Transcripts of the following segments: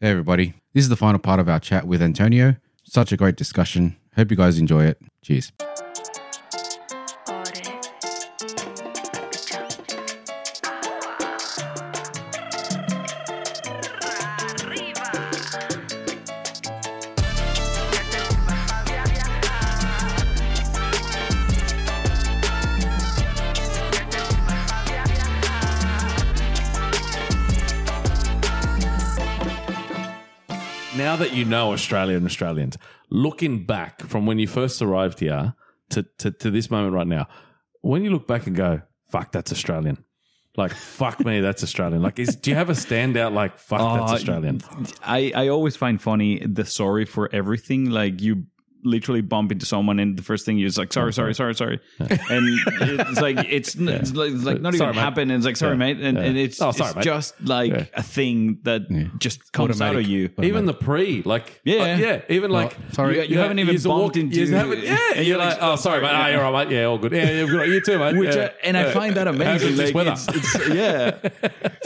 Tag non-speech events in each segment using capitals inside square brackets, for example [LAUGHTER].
Hey, everybody. This is the final part of our chat with Antonio. Such a great discussion. Hope you guys enjoy it. Cheers. Now that you know Australia and Australians, looking back from when you first arrived here to, to, to this moment right now, when you look back and go, fuck, that's Australian. Like, [LAUGHS] fuck me, that's Australian. Like, is, do you have a standout, like, fuck, that's Uh, Australian? I, I always find funny the sorry for everything. Like you literally bump into someone and the first thing you're just like sorry, sorry, Uh-huh. sorry, sorry, and it's like it's, n it's like, it's like not Sorry, even mate. happened. It's like sorry, Yeah. mate, and, Yeah. and it's, Oh, sorry, it's mate. just like Yeah. a thing that Yeah. just comes out Automatic. of you. Even the pre, like, Yeah. like, yeah, even like, sorry. You- you haven't even you's bumped walk- into- you's haven't- yeah, and you're, you're like, like, oh, sorry, mate. Ah, you're all right, mate. Yeah, all good. Yeah, you're good. You too, mate. Which yeah. I, and I Yeah. find that How's amazing. this Like, weather? it's, it's, [LAUGHS] yeah.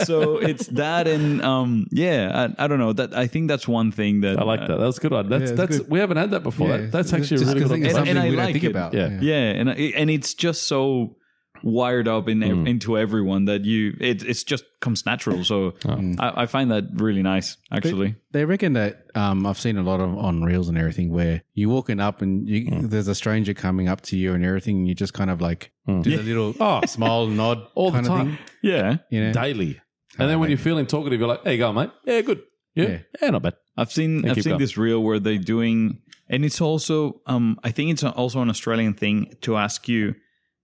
So it's that, and um, yeah, I, I don't know. That I think that's one thing that I like that. That was a good one. That's it's that's good. we haven't had that before. Yeah, that, that's just actually a really 'cause good. I think it's observation. something And I we don't like think it. about. Yeah. yeah and I- and it's just so wired up in Mm. into everyone that you it it's just comes natural so Oh. Mm. I, I find that really nice actually They reckon that um, I've seen a lot of on reels and everything where you're walking up and you, there's a stranger coming up to you and everything, and you just kind of like do the little Oh. smile, nod, [LAUGHS] all the kind of time, thing. yeah You know? daily. And then when you're feeling talkative, you're like, "Hey, you go, mate. Yeah, good. Yeah, yeah, Yeah. not bad. I've seen Yeah, I've keep seen going. this reel where they're doing, and it's also um I think it's also an Australian thing to ask you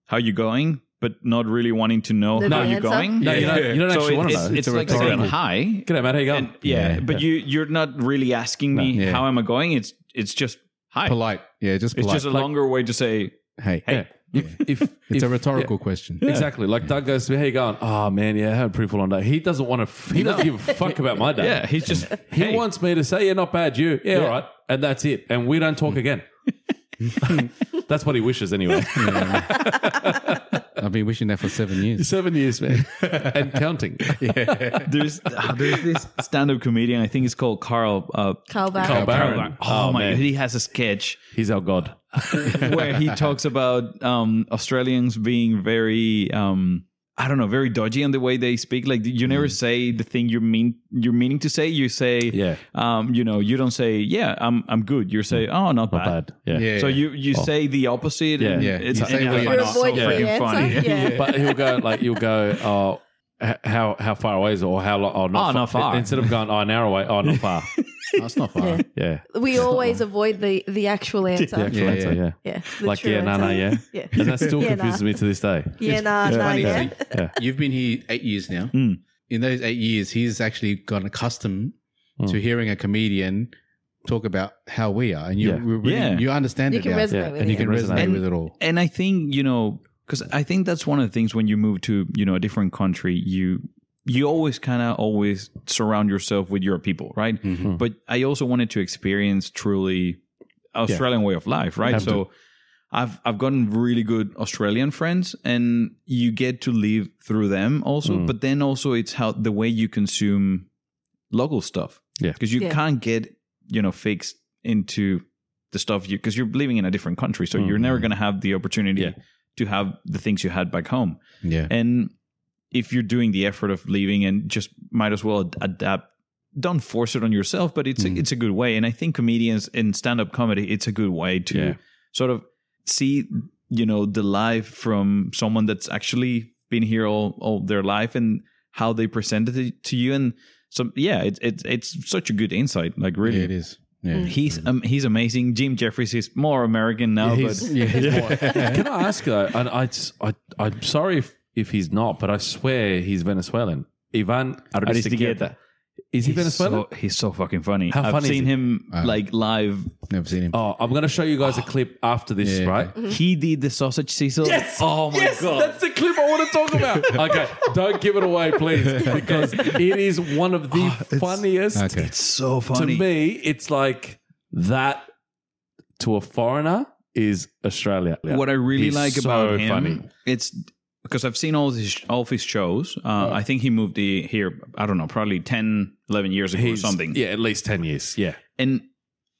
how you going, but not really wanting to know The how answer? you're going. No, you don't- you don't so actually it- wanna it's, know. It's It's, a like rhetorical- saying hi. G'day, mate. How you going? And yeah, Yeah. but you you're not really asking me Yeah. how am I going. It's it's just hi. Polite. Yeah, just It's polite. just a longer way to say hey. Yeah. If, if It's a if- rhetorical question. yeah. Exactly. Like Doug goes, to me, "How you going? Oh man, yeah, I had a pretty full on day. He doesn't want to. F- he doesn't give a fuck about my day. [LAUGHS] yeah. He's just He hey. wants me to say, "Yeah, not bad. You, yeah, all right," and that's it. And we don't talk again. that's what he wishes anyway. I've been wishing that for seven years. [LAUGHS] Seven years, man, and counting. there's there's this stand-up comedian I think it's called Carl uh, Carl Barron. Carl Barron. Oh, Oh, my! man. He has a [LAUGHS] sketch He's our god. where he talks about um, Australians being very, um, I don't know, very dodgy in the way they speak. Like you never say the thing you mean you're meaning to say. You say, Yeah. um, you know, you don't say, yeah, I'm I'm good. You say, oh, Not not, bad. bad. Yeah. Yeah. Oh. So you you say the opposite. Yeah. and Yeah. it's You say and what I you're find Or it not. avoid so the freaking answer. funny. [LAUGHS] Yeah. [LAUGHS] But he'll go like you'll go. Oh, h- how how far away is it, or how long? Oh, not, Oh, not far. Instead of going, oh, an hour away. Oh, not far. [LAUGHS] That's not far. Yeah. yeah. We always avoid the, the actual The answer. actual Yeah, answer. Yeah. yeah. Yeah. the Like true yeah, nah, nah, yeah. answer. Yeah. And that still Yeah, nah. confuses me to this day. [LAUGHS] Yeah, nah, nah, funny, yeah. isn't You've been here eight years now. In those eight years, he's actually gotten accustomed to hearing a comedian talk about how we are, and you Yeah. you really- Yeah. you understand You it can now, resonate Yeah, with and you it. can Resonate. resonate And- with it all. and I think you know because I think that's one of the things when you move to you know a different country you you always kind of always surround yourself with your people right Mm-hmm. but I also wanted to experience truly Australian way of life right Have to. so I've I've gotten really good Australian friends and you get to live through them also Mm. but then also it's how the way you consume local stuff Yeah. because you Yeah. can't get you know fixed into the stuff you because you're living in a different country so you're never going to have the opportunity Yeah. to have the things you had back home Yeah, and if you're doing the effort of leaving and just might as well ad- adapt don't force it on yourself but it's a, it's a good way and i think comedians in stand-up comedy it's a good way to Yeah. sort of see you know the life from someone that's actually been here all, all their life and how they presented it to you and so yeah it's it's it's such a good insight like [LAUGHS] really yeah, it is. Yeah, Mm. He's um, he's amazing. Jim Jeffries is more American now, He's- but yeah, he's more- Can I ask though? And I, I, I'm sorry if, if he's not, but I swear he's Venezuelan. Ivan Aristigueta. Aristigueta. Is he he's Venezuelan? so, he's so fucking funny. How I've funny is seen he? him like live. [LAUGHS] never seen him. Oh, I'm going to show you guys a clip after this, Yeah, right? He did the sausage sizzle. Yes! Oh my yes, god. That's the clip I want to talk about. [LAUGHS] okay, don't give it away, please, [LAUGHS] because it is one of the funniest. okay, it's so To funny. me, it's like that to a foreigner is Australia. What I really He's like so about him, funny. it's because I've seen all his all of his shows. Uh, I think he moved the, here. I don't know, probably 10, 11 11 years ago or He's- something. Yeah, at least 10 years. Yeah. And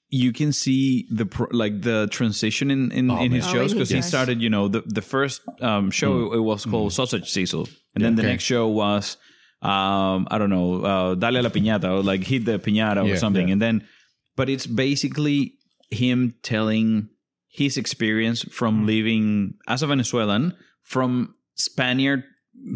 you can see the pro- like the transition in in, in his man. shows Oh, because he yes. started, you know, the the first um, show it was called Sausage Cecil, and then the Hmm. Okay. next show was um, I don't know, uh, Dale a la piñata or like hit the piñata Yeah, or something, and then but it's basically him telling his experience Hmm. from living as a Venezuelan from Spaniard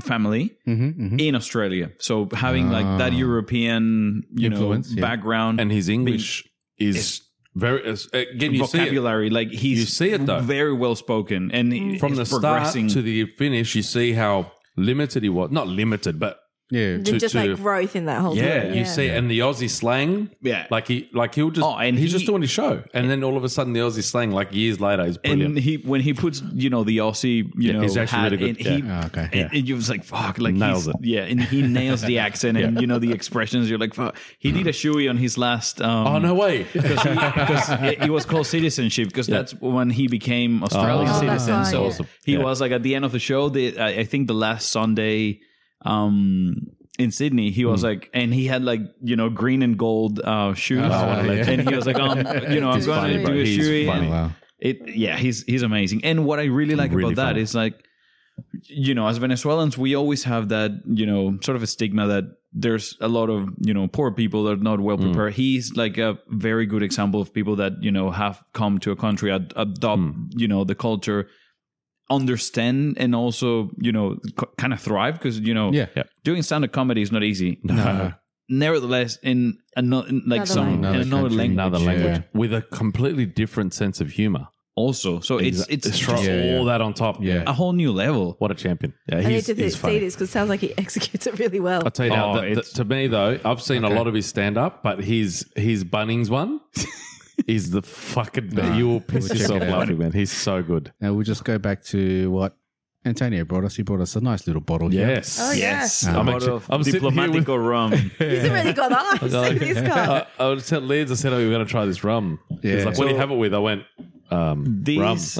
family Mm-hmm, mm-hmm. in Australia. So having like that Ah. European, you Influence, know, yeah. background And his English is very. is- Again, you see it. vocabulary, like he's You see it, though. very well spoken and Mm. he- From the he's start progressing. to the finish, you see how limited he was. Not limited, but Yeah. to- just to- like growth in that whole yeah, thing. you see. And the Aussie slang. Yeah. Like he, like he'll just, Oh, and he's he- just doing his show, and then all of a sudden the Aussie slang, like years later, is and brilliant. he when he puts you know the Aussie you know he's actually hat, really good. and he, Yeah. Oh, okay. and, and you're just like fuck like Nails he's- it. yeah and he nails [LAUGHS] the accent and you know the expressions you're like fuck he did a shoey on his last um, Mm. oh no way! [LAUGHS] [LAUGHS] because it, it was called citizenship because that's when he became Oh, Australian that's citizen. right, so yeah. Awesome. he Yeah. was like at the end of the show. The, I, I think the last Sunday um, in Sydney, he Hmm. was like, and he had like you know green and gold uh, shoes, Oh, wow, yeah. and he was like, um, you know, I'm He's going funny, to bro. do a He's shoey. funny. and Wow. It yeah, he's he's amazing. And what I really like Really about that funny. is like. You know, as Venezuelans, we always have that, you know, sort of a stigma that there's a lot of, you know, poor people that are not well prepared. He's like a very good example of people that, you know, have come to a country, ad- adopt, you know, the culture, understand, and also, you know, c- kind of thrive because, you know, Yeah. Yeah. doing stand up comedy is not easy. No. Nevertheless, in, ano- in like Another some language. in Another another country. language, Another Yeah. language with a completely different sense of humor. also. So Exa- it's, it's throw all just Yeah, yeah. that on top. Yeah. a whole new level. What a champion. Yeah, I need he's, to th- he's see funny. this because it sounds like he executes it really well. I'll tell you now, Oh, th- th- it's- to me though, I've seen a lot of his stand up, but his his Bunnings [LAUGHS] one is the fucking you will piss We'll check yourself it out. laughing, man. He's so good. Now we'll just go back to what Antonio brought us. He brought us a nice little bottle here. Yes. Oh, yes. I'm I'm actually- out of I'm sitting here with- diplomatico rum. He's already got [LAUGHS] eyes. this guy. I, Uh, I was telling Liz, I said, Oh, we're going to try this rum. Yeah. Yeah. like, What do you have it with? I went, um, Rum. [LAUGHS] These,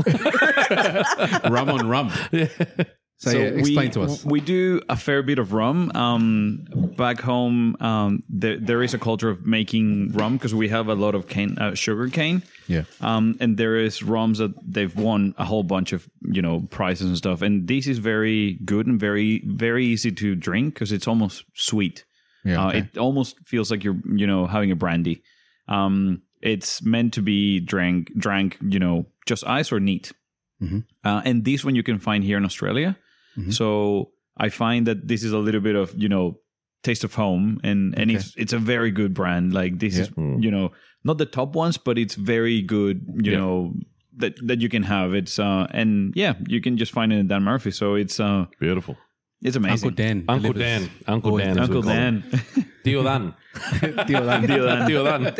[LAUGHS] rum on rum. So, yeah, explain we, to us. We do a fair bit of rum. Um, back home, um, there, there is a culture of making rum because we have a lot of cane, uh, sugar cane. Yeah. Um, and there is rums that they've won a whole bunch of you know prizes and stuff. And this is very good and very very easy to drink because it's almost sweet. Yeah, Uh, okay. it almost feels like you're you know having a brandy. Um, it's meant to be drank drank you know just ice or neat. Mm-hmm. Uh, and this one you can find here in Australia. So I find that this is a little bit of you know taste of home, and and it's it's a very good brand. Like this is you know not the top ones, but it's very good. You know that that you can have. It's uh and yeah, you can just find it in Dan Murphy. So it's uh Beautiful. it's Uncle amazing. Dan. Uncle delivers. Dan. Uncle Always Dan. does. Uncle Dan. [LAUGHS] Deal Dan. Deal Dan. Deal Dan. Deal Dan. Well,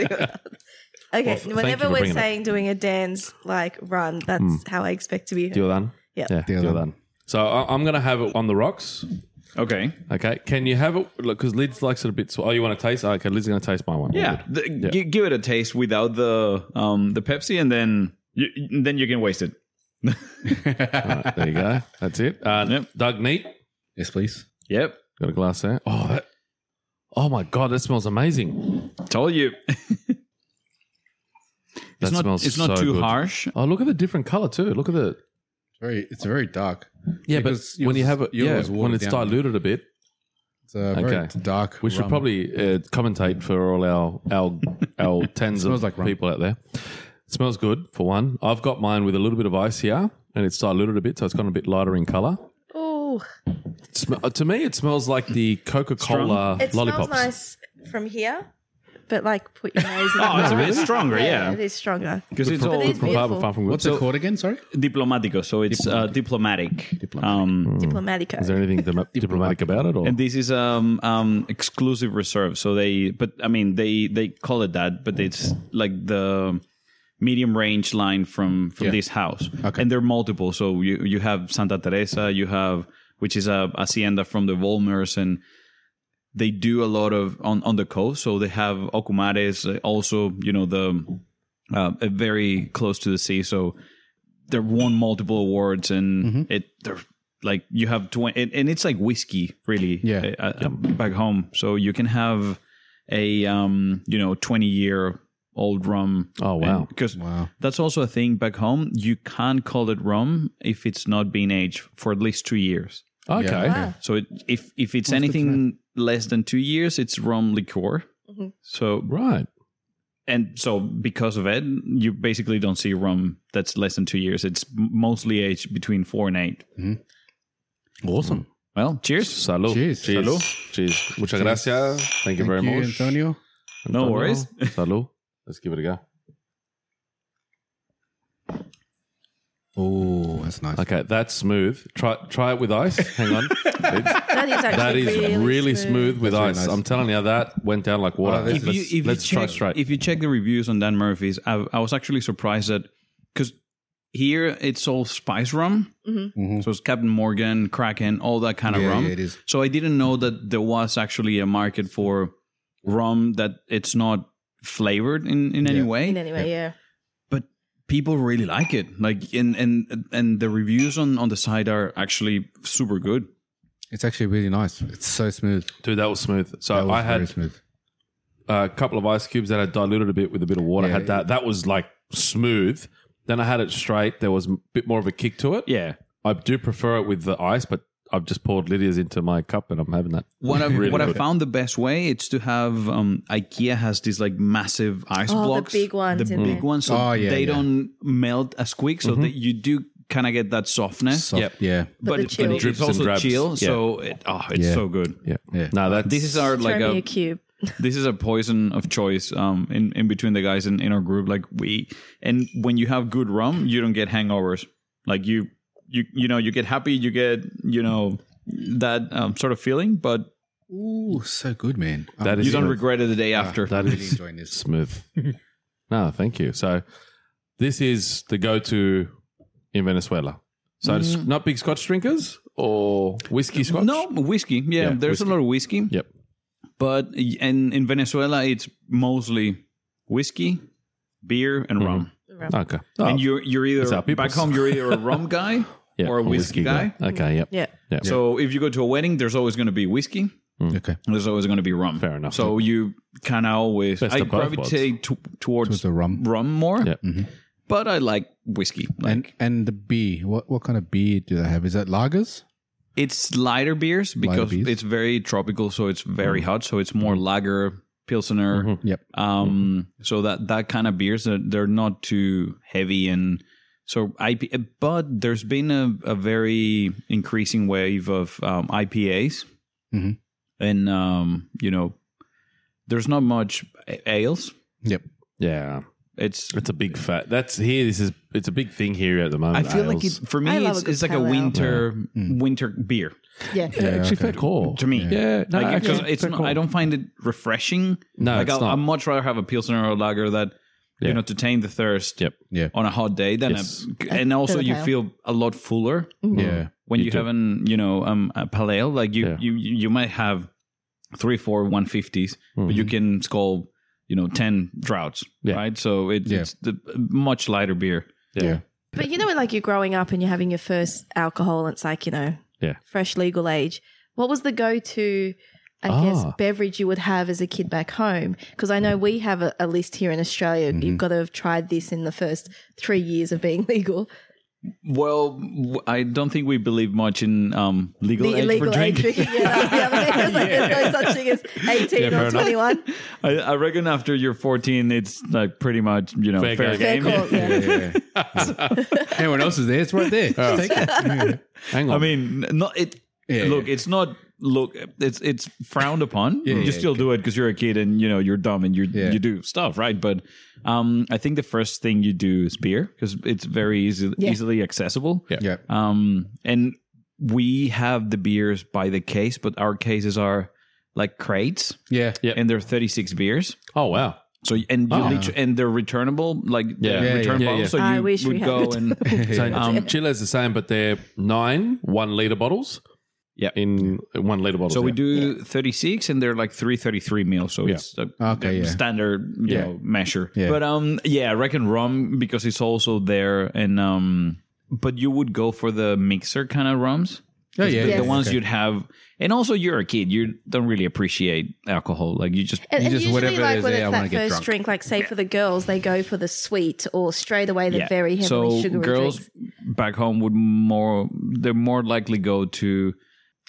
Okay, th- thank you whenever for we're bringing Hmm. it. saying doing a dance like run, that's how I expect to be. Deal Dan. Yeah. Yeah. Deal Deal Dan. Dan. So I, I'm going to have it on the rocks. okay. Okay. Can you have it? Look, because Liz likes it a bit. sw- Oh, you want to taste? Okay, Liz is going to taste my one. Yeah, the, gi- give it a taste without the um the Pepsi, and then you, then you can waste it. Alright, there you go. That's it. Uh, Yep. Doug Neat. Yes, please. Yep, Got a glass there. Oh, that. Oh my god, that smells amazing. told you. [LAUGHS] That it's not smells it's not so too good. harsh. Oh, look at the different color too. Look at the Very. It's very dark. yeah, Because but when you yours- have it, yours yeah, was when watered it's down. diluted a bit, It's a very Okay. dark. we should rum. probably uh, commentate for all our our our tens of Smells like rum. people out there. It smells good for one. I've got mine with a little bit of ice here, and it's diluted a bit, so it's gone a bit lighter in color. Oh, to me, it smells like the Coca Cola it lollipops. smells nice from here, but like put [LAUGHS] your nose in. Oh, it's, it. it's stronger, it yeah, is stronger. because it's all It is From Barber beautiful. Farm from Good. What's it called again? Sorry. diplomatico, so it's uh, diplomatic. Um, Diplomatico. Hmm. Is there anything dim- diplomatic about it? Or and this is um um exclusive reserve, so they but I mean they they call it that, but it's like the medium range line from from Yeah. this house, Okay. and they're multiple. So you you have Santa Teresa, you have which is a hacienda from the Volmers and they do a lot of on, on the coast. So they have Okumares, uh, also you know the uh, uh, very close to the sea. So they've won multiple awards, and it they're like you have twenty, and, and it's like whiskey really. Yeah. uh, uh, back home, so you can have a um, you know twenty year old rum. Oh, wow. Because Wow. that's also a thing back home. You can't call it rum if it's not been aged for at least two years. Okay. Wow. So it, if if it's anything less than two years, it's rum liqueur. Mhm. So Right. and so because of it, you basically don't see rum that's less than two years. It's m- mostly aged between four and eight. Awesome. Well, cheers. Salud. Cheers. Cheers. Salud. Cheers. Muchas gracias. Thank you very Thank you, much. Antonio. No worries. Salud. Let's give it a go. Oh, that's nice. Okay, that's smooth. Try try it with ice. Hang on. It's- That is actually that is really, really, smooth. with That's really ice. nice. I'm telling you, that went down like water. Oh, this let's is- if you, if let's you try check, straight. If you check the reviews on Dan Murphy's, I, I was actually surprised that because here it's all spice rum, Mhm. so it's Captain Morgan, Kraken, all that kind of Yeah, rum. yeah, it is. So I didn't know that there was actually a market for rum that it's not flavored in, in any Yeah. way In any way, yeah. but people really like it like and and and the reviews on on the side are actually super good It's actually really nice. It's so smooth. Dude, that was smooth. So That was I very had smooth. a couple of ice cubes that I diluted a bit with a bit of water. I had that. That was like smooth. Then I had it straight. There was a bit more of a kick to it. yeah I do prefer it with the ice, but I've just poured Lydia's into my cup and I'm having that. what I Really what I good. found the best way it's to have um, IKEA has these like massive ice Oh, the blocks, big ones the in big there. ones, so Oh, yeah, they yeah. don't melt as quick, so that you do kind of get that softness. Soft. Yeah. But, the it, chill. but Drips and it's also drabs. chill, Yeah. so it, oh, it's Yeah. so good. Yeah. Yeah. No, that's. This is our like Throw me a a, cube. this is a poison of choice um in, in between the guys in, in our group. Like we and when you have good rum, you don't get hangovers. Like you you you know you get happy, you get you know that um, sort of feeling, but Ooh, so good, man. I'm That is you don't good. regret it the day after. I'm really enjoying [LAUGHS] this. smooth. [LAUGHS] no, thank you. So this is the go-to in Venezuela. So it's not big Scotch drinkers or whiskey Scotch. Mm. [LAUGHS] No whiskey. Yeah, Yeah, there's whiskey. a lot of whiskey. Yep. But and in Venezuela, it's mostly whiskey, beer, and rum. Okay. Oh, And you're you're It's our either peoples. back home, you're either a [LAUGHS] rum guy yeah, or a whiskey, guy. Okay. Yep. Yeah. Yep. So if you go to a wedding, there's always going to be whiskey. Mm. Okay. There's always going to be rum. Fair enough. So you kind of always Best I of both gravitate to, towards Towards the rum. rum more, Yeah. but I like whiskey. Like And and the beer. What what kind of beer do they have? Is that lagers? it's lighter beers because beers. it's very tropical, so it's very hot. So it's more lager, pilsner. Yep. Um, so that that kind of beers uh, they're not too heavy and so IP. But there's been a, a very increasing wave of um, IPAs, Mhm. and um, you know, there's not much a- ales. Yep. Yeah. It's It's a big fat. That's here. This is. It's a big thing here at the I moment. feel like ales. it, for me I love it's, a good it's like a pale ale. winter winter beer Yeah. Yeah, actually fair call to me. Yeah. No, Like, actually, because it's fair not, call. I don't find it refreshing. No, like it's I'll, not. I'd much rather have a pilsner or a lager that Yeah. you know to tame the thirst Yep. Yeah. on a hot day. Then, Yes. a, and also Than a you pale. feel a lot fuller Oh. Mm. [LAUGHS] Yeah. when You you, do. have an you know um, a pale ale. Like you, Yeah. you you you might have three, four, one fifties, but Mm-hmm. you can scull you know ten draughts, Yeah. right? So it, Yeah. it's the much lighter beer. Yeah. But you know, when like you're growing up and you're having your first alcohol, and it's like you know, Yeah. fresh legal age. What was the go-to, I Ah. guess, beverage you would have as a kid back home? Because I know we have a, a list here in Australia. You've got to have tried this in the first three years of being [LAUGHS] legal. Well, w- I don't think we believe much in um, legal the age illegal for drinking. age drinking. [LAUGHS] Yeah, that's the other thing. It's like there's no such thing as eighteen fair or enough. twenty-one. I, I reckon after you're 14, it's like pretty much you know Fair fair, game. game. Fair call. Yeah. Yeah. Everyone else is there. It's right there. Just take [LAUGHS] it. Hang on. I mean, n- not it. Yeah, look, yeah. it's not. Look, it's it's frowned upon. you yeah, still do it because you're a kid and you know you're dumb and you Yeah. you do stuff right. But um, I think the first thing you do is beer because it's very easy, Yeah. easily accessible. Yep. Um, and we have the beers by the case, but our cases are like crates, Yeah. Yeah. and they're 36 beers. oh wow. So and you Oh. liter- and they're returnable, like Yeah. yeah, Ah. Yeah, return yeah, yeah. bottles. So I you wish we would had go it. and So Yeah. um, Chile's the same, but they're nine one liter bottles. Yeah. in one liter bottles. So we yeah. do 36 and they're like 333 meals. So it's a Okay, a yeah. standard, you Yeah. know, measure. Yeah. But um yeah, I reckon rum because it's also there and um but you would go for the mixer kind of rums. Oh, yeah, the, yeah, Yes. the ones okay. you'd have, and also you're a kid. You don't really appreciate alcohol. Like you just And, You and just- usually, whatever it like is, when yeah, it's I wanna that get first drunk. drink, like say for the girls, they go for the sweet or straight away the very heavily so sugary girls drinks. back home would more they're more likely go to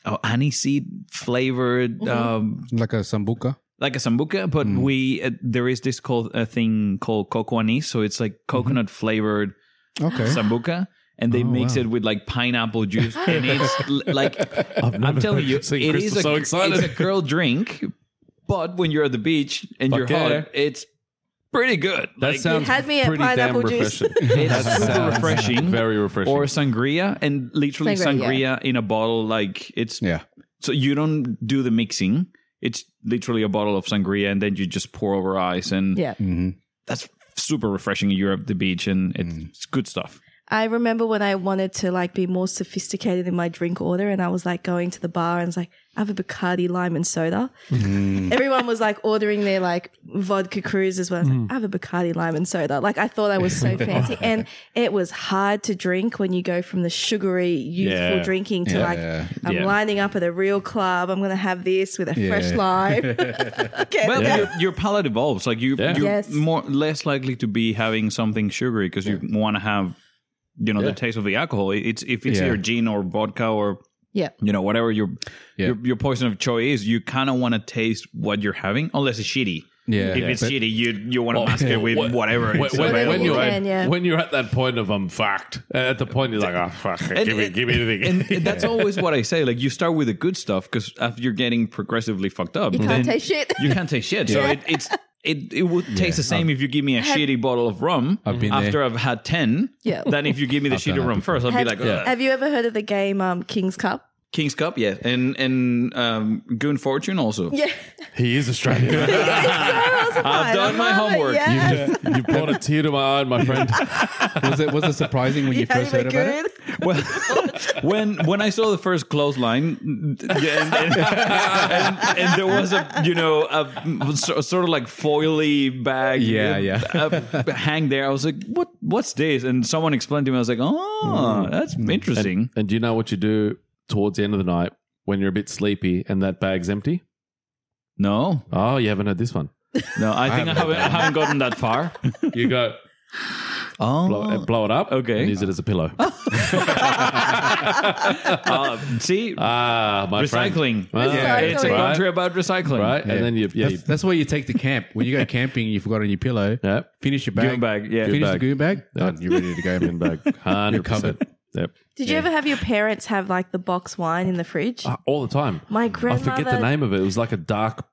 oh, aniseed flavored Mm-hmm. um, like a sambuca. like a sambuca but Mm. we uh, there is this called a thing called cocoa anise so it's like Mm-hmm. coconut flavored Okay. Eh? sambuca and they Oh, mix wow. it with like pineapple [LAUGHS] juice and it's l- like i'm never telling you seen it Crystal is a, so excited. it's a girl drink but when you're at the beach and Fuck you're yeah. hot it's pretty good That sounds had me at pretty damn pineapple juice. refreshing. It's That super sounds refreshing. Very refreshing. or sangria and literally Sangria, sangria, in a bottle like it's Yeah. so you don't do the mixing it's literally a bottle of sangria and then you just pour over ice and Yeah. hmm that's super refreshing you're at the beach and it's Mm. it's good stuff I remember when I wanted to like be more sophisticated in my drink order, and I was like going to the bar and was like, "I have a Bacardi lime and soda." Everyone was like ordering their like vodka cruises. Well, I was Mm. like, "I have a Bacardi lime and soda." Like I thought I was [LAUGHS] so fancy, and it was hard to drink when you go from the sugary, youthful Yeah. drinking to Yeah. like I'm Yeah. lining up at a real club. I'm gonna have this with a fresh Yeah. lime. [LAUGHS] okay, well okay. your, your palate evolves like you, Yeah. you're Yes. more less likely to be having something sugary because you want to have you know the taste of the alcohol it's if it's Yeah. your gin or vodka or yeah. you know whatever your Yeah. your, your poison of choice is you kind of want to taste what you're having unless it's shitty Yeah. if it's But- shitty, you you want to mask it with What- whatever. when, it's when- available. when you're, You can, yeah. when you're at that point of I'm fucked, at the point you're like, oh, fuck, give, me, give me anything. And that's always what I say. Like you start with the good stuff because after you're getting progressively fucked up, You can't taste shit. you can't taste shit. So it, it's it it would taste the same if you give me a shitty bottle of rum I've been after there. I've had ten. Yeah. Than if you give me the shitty done that rum first, I'll be Have, like, "Ugh." have you ever heard of the game um, King's Cup? King's Cup, yeah, and and um, Goon Fortune also. Yeah. [LAUGHS] [LAUGHS] he is [LAUGHS] Australian. I've done my homework. You Yeah. you brought a tear to my eye, my friend. was it was it surprising when you Yeah, first you heard were about it? good. Well, [LAUGHS] when when I saw the first clothesline, [LAUGHS] and, and, and, and there was a you know a, so- sort of like foily bag, Yeah, uh, yeah. uh, hang there. I was like, what what's this? And someone explained to me. I was like, oh, Mm. that's interesting. And do you know what you do towards the end of the night when you're a bit sleepy and that bag's empty? No, Oh, you haven't heard this one. no, I think I haven't, I haven't gotten that far. You go blow, Oh, blow it [LAUGHS] up Okay. and use it as a pillow. Oh. uh, see, Ah, my friend. recycling. Ah, Yeah, It's a right, country about recycling. Right? And then you, yeah, you, That's, that's why you take the camp. When you go camping, you forgot on your pillow. [LAUGHS] yeah, Finish your bag. Goon bag, yeah. Finish Goon the bag. goon bag. Done. You're ready to go. in bag. [LAUGHS] 100%. covered. Yep. Did you ever have your parents have like the box wine in the fridge? Ah, All the time. My I grandmother. forget the name of it. It was like a dark,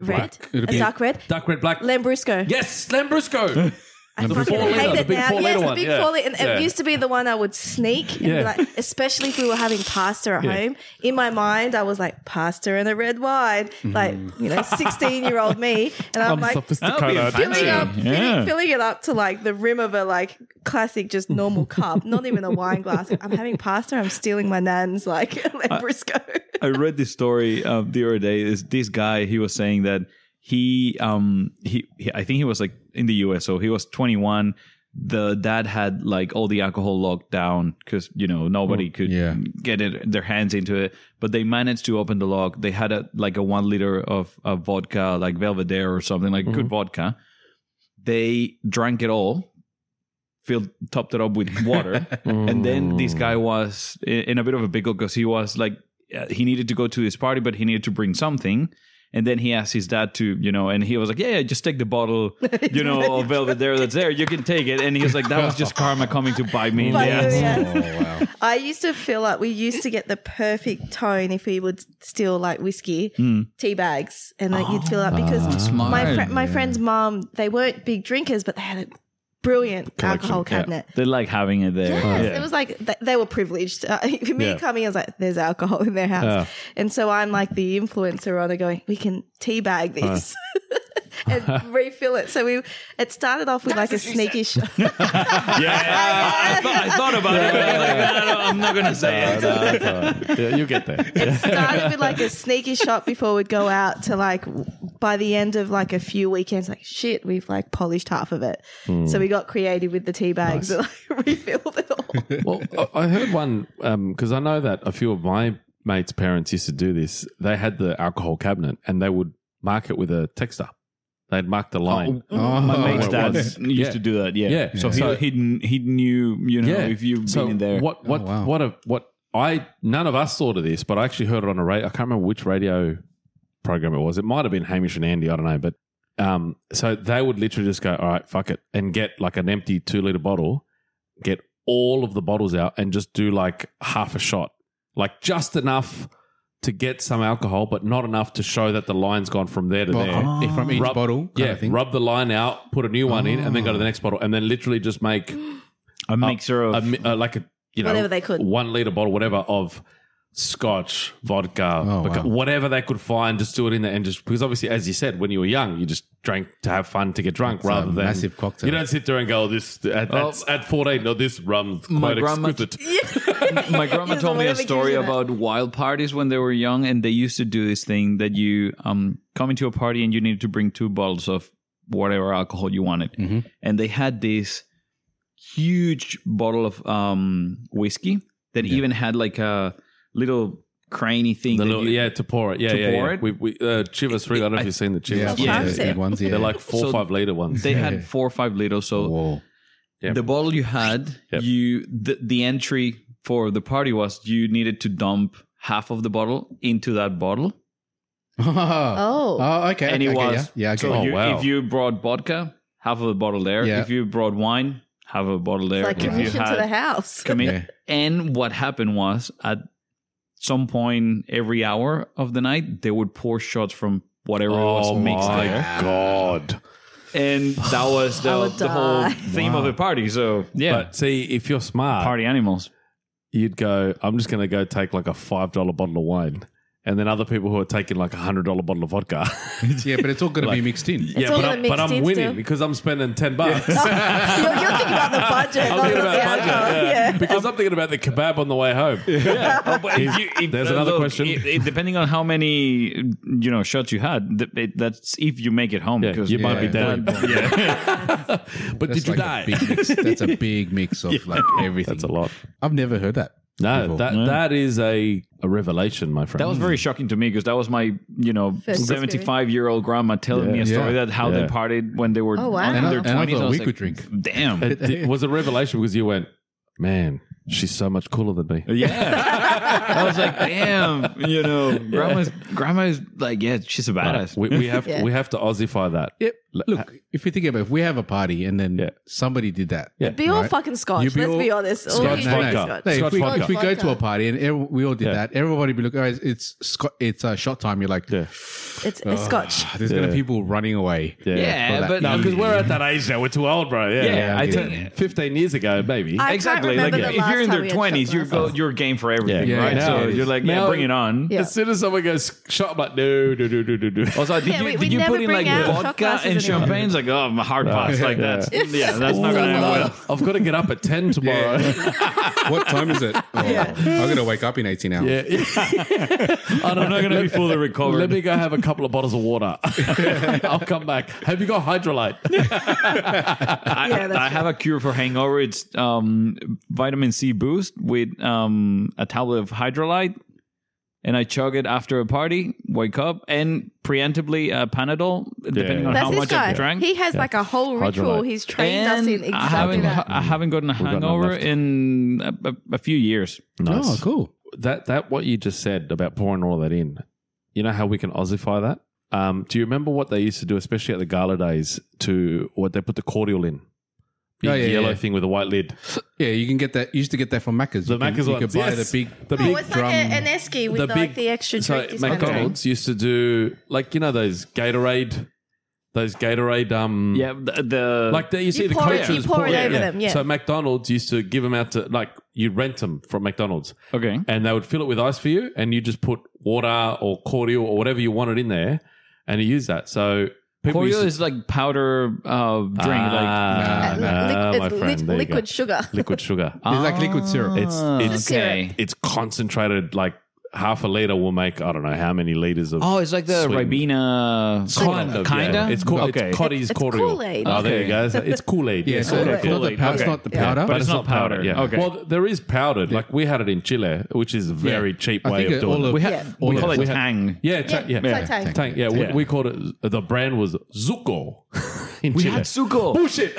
Red. Black. A be- dark red. dark red, black. Lambrusco. Yes, [LAUGHS] Lambrusco. I the fucking four hate liter, the it big now. four yes, liter the one, big yeah. four liter. And Yeah. It used to be the one I would sneak, and Yeah. be like, especially if we were having pasta at Yeah. home. In my mind, I was like pasta and a red wine, like you know, sixteen-year-old me, and I'm, Mm-hmm. I'm like, sophisticated. That'll be filling up, Yeah. filling, filling it up to like the rim of a like classic, just [LAUGHS] normal cup, not even a wine glass. I'm having pasta. I'm stealing my nan's like [LAUGHS] Lambrusco. I read this story uh, the other day. Is this guy? He was saying that he, um, he, he, I think he was like in the U.S. So he was 21. The dad had like all the alcohol locked down because you know nobody could yeah. get it, their hands into it. But they managed to open the lock. They had a like a one liter of, of vodka, like Belvedere or something, like good vodka. They drank it all, filled topped it up with [LAUGHS] water and then this Mm. guy was i- in a bit of a pickle because he was like uh, he needed to go to this party but he needed to bring something and then he asked his dad to you know and he was like yeah, yeah just take [LAUGHS] the bottle you know of velvet there that's there you can take it and he was like that was just karma coming to bite me in the Bite you, ass yeah. Oh wow. [LAUGHS] I used to feel like we used to get the perfect tone if we would steal like whiskey Hmm. tea bags, and like you'd fill up Oh, because smart. my fri- my friend's mom they weren't big drinkers, but they had a brilliant alcohol cabinet. they like having it there Yes, it was like th- they were privileged. Uh, [LAUGHS] me Yeah. coming, I was like, "There's alcohol in their house," Yeah. and so I'm like the influencer on it, going, "We can teabag these," [LAUGHS] and refill it. So we it started off with like a sneakish. I, thought, I thought about it, but I was like, no, no, no, I'm not gonna say [LAUGHS] it. Uh, yeah, you get there. it [LAUGHS] started with like a sneaky shot before we'd go out to like by the end of like a few weekends like shit we've like polished half of it Hmm. so we got creative with the tea bags and [LAUGHS] like refilled it all [LAUGHS] Well, I- I heard one because I know that a few of my mates' parents used to do this. They had the alcohol cabinet and they would mark it with a texter. They'd mark the line. Oh, My mate's it dad was. used to do that. Yeah. Yeah. So, So- he, he he knew you know if you've so been in there. What what Oh, wow. what a what I none of us thought of this, but I actually heard it on a radio. I can't remember which radio program it was. It might have been Hamish and Andy. I don't know, but um, so they would literally just go, all right, fuck it, and get like an empty two liter bottle, get all of the bottles out, and just do like half a shot, like just enough. To get some alcohol, but not enough to show that the line's gone from there to Bo- there. eh, from each Rub- bottle. Kind yeah, of thing. Ah. rub the line out, put a new one in, and then go to the next bottle, and then literally just make A mixer of a, mi- uh, like a you know Whatever they could. one liter bottle whatever of scotch vodka Oh, beca- wow. whatever they could find just do it in there and just because obviously as you said when you were young you just drank to have fun to get drunk a rather than massive cocktail. you don't sit there and go oh, this at, at, at 14 no this rum's My uh, quite grandma- exquisite [LAUGHS] My grandma Yes, told whatever me a gives story you that. about wild parties when they were young, and they used to do this thing that you um come into a party and you needed to bring two bottles of whatever alcohol you wanted, Mm. Mm-hmm. and they had this huge bottle of um whiskey that even had like a little cranny thing. the that little, you- yeah to pour it yeah To yeah, pour yeah. it? we, we uh, chivas three I don't know if you've seen the Yeah, chivas I've got Yeah. those big ones. Yeah, they're like four So- five liter ones [LAUGHS] They had four or five liters, [LAUGHS] so Whoa. Yep. the bottle you had Yep. you the, the entry for the party was you needed to dump half of the bottle into that bottle oh. [LAUGHS] Oh, okay. and it okay, was yeah. yeah okay. so Oh, you, [LAUGHS] wow. if you brought vodka half of a bottle there Yeah. if you brought wine half of a bottle there it's like if you commission to the house commi- Yeah. and what happened was at some point every hour of the night they would pour shots from whatever oh was mixed my there god and that was I the, would the whole die. theme of the party so yeah but see if you're smart party [LAUGHS] animals you'd go, I'm just going to go take like a $5 bottle of wine. And then other people who are taking like a $100 bottle of vodka. yeah, but it's all going to be mixed in. yeah, all but gonna I'm, mix but I'm in winning still. because I'm spending 10 bucks. you're, you're thinking about the budget I'm not thinking the about budget. alcohol. yeah. yeah. Because I'm thinking about the kebab on the way home. Oh, If you- if- There's Uh, another look, question. It, it- depending on how many you know shots you had, th- it, that's if you make it home. Yeah, because you might be Yeah. dead. but That's did you like die? A big [LAUGHS] mix. That's a big mix of like everything. That's a lot. I've never heard that. No, before. that, that is a, a revelation, my friend. That was very shocking to me because that was my you know First seventy five year old grandma telling me a story Yeah. that how Yeah. they partied when they were Oh, wow. in And I- their and I twenties. thought we could drink. [LAUGHS] Damn. It, it was a revelation because you went, man, she's so much cooler than me. yeah, I was like, damn, you know, grandma's grandma's like, yeah, she's a badass. We, we have Yeah. we have to Aussify that. Yep. Look, if you think about it, if we have a party and then Yeah. somebody did that. Yeah. Be all Right. fucking You scotch. be Let's all- be honest. All Scotch you vodka. drink is scotch. No, if, Scotch we, vodka. if we go Vodka. to a party and ev- we all did Yeah. that, everybody be like, guys, it's Scot- it's uh, shot time. You're like, Yeah. It's a scotch. there's going to be people running away. Yeah. Yeah, that but No, because we're at that age now. We're too old, bro. Yeah, Yeah, I yeah. think 15 years ago, maybe. I exactly. Can't Like, remember the if last you're in time their we had shot twenties, you're go, glasses. you're game for everything, Yeah. right? Yeah. so Yeah. you're like, yeah, Now- bring it on. Yeah. As soon as someone goes shot, I'm like, no, no, no, no, no, no. Also, [LAUGHS] did Yeah, you, we- did we you never put in bring like out shot vodka glasses and anymore. champagne? It's like, oh, my hard pass. Like that. Yeah, that's not going to end well. [LAUGHS] I've got to get up at 10 [LAUGHS] tomorrow. Yeah. what time is [LAUGHS] it? Oh, I'm going to wake up in 18 hours. [LAUGHS] I'm not going to be fully recovered. Let me go have a couple of bottles of [LAUGHS] water. I'll come back. Have you got [LAUGHS] hydrolite? I, Yeah, that's I have a cure for hangover. It's um, vitamin C boost with um, a tablet of hydrolyte. And I chug it after a party, wake up, and preemptively a Panadol, depending on That's how this much guy. I've drank. He has like a whole ritual. Hydrolite. He's trained us in I exactly haven't, that. I haven't gotten a none hangover left. in a, a, a few years. Oh, cool. That, that, what you just said about pouring all that in, you know how we can Aussify that? Um, do you remember what they used to do, especially at the gala days, to what they put the cordial in? Big yeah, yellow yeah. thing with a white lid. Yeah, you can get that. You used to get that from Macca's. The you can, Macca's You ones, could buy yes. the big, The the No, big Oh, it's drum. like a, an esky with like the extra so drink. dispenser. McDonald's used to do like you know those Gatorade, those Gatorade um Yeah, the, the like there you, see the pour it- coaches you pour it over them, yeah. So McDonald's used to give them out to like you'd rent them from McDonald's okay. and they would fill it with ice for you and you just put water or cordial or whatever you wanted in there and you use that. So People used Oreo to- is like powder uh, drink. like Ah, Uh, nah, Liq- my it's liq- friend, there you go. liquid sugar. liquid [LAUGHS] sugar. Ah, It's like liquid syrup. It's it's okay. it's concentrated like half a liter will make I don't know how many liters of Oh, it's like the sweetened- Ribena. Kind of, Kinda? yeah. It's called Okay. it's Coddy's It's- it's cordial. Kool-Aid. Oh, there you Okay. go. It's- It's Kool Aid. Yeah, so Kool-Aid. it's not the Kool-Aid, powder. It's okay. not the Yeah. powder. But it's not powder. Yeah. Okay. Well, th- there is powdered. Like we had it in Chile, which is a very Yeah. cheap I way think of it- doing all it. of- We, ha- Yeah. we Yeah. call it We ha- tang. yeah, ta- yeah, it's like tang. Tang, yeah, Yeah. We, we called it. The brand was [LAUGHS] Zuko. In We Chile. [LAUGHS] had Zuko. Bullshit. [LAUGHS]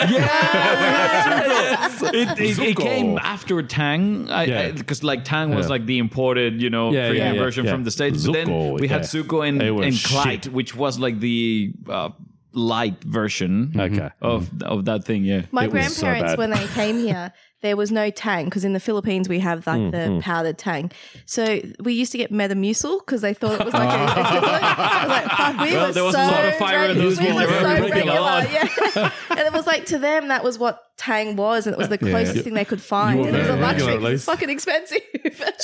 It, it, it Zuko. came after Tang, Yeah. because like Tang was Yeah. like the imported, you know, Yeah, premium yeah, yeah, version yeah. from the states. but then Zuko, we had yeah. Zuko and, They were and Clyde, shit. which was like the uh, light version Okay. of of that thing. Yeah, My It was so grandparents, bad. when they came [LAUGHS] here, there was no tang because in the Philippines we have like the Mm-hmm. powdered tang. So we used to get Metamucil because they thought it was like a equivalent. I was like, fuck, we Ah. Well, were there was so a lot of fire in reg- those we were ones. They were so regular. regular, [LAUGHS] yeah. and it was like to them that was what tang was, and it was the closest thing they could find. And were it was a very regular, luxury. at It was least. fucking [LAUGHS] expensive.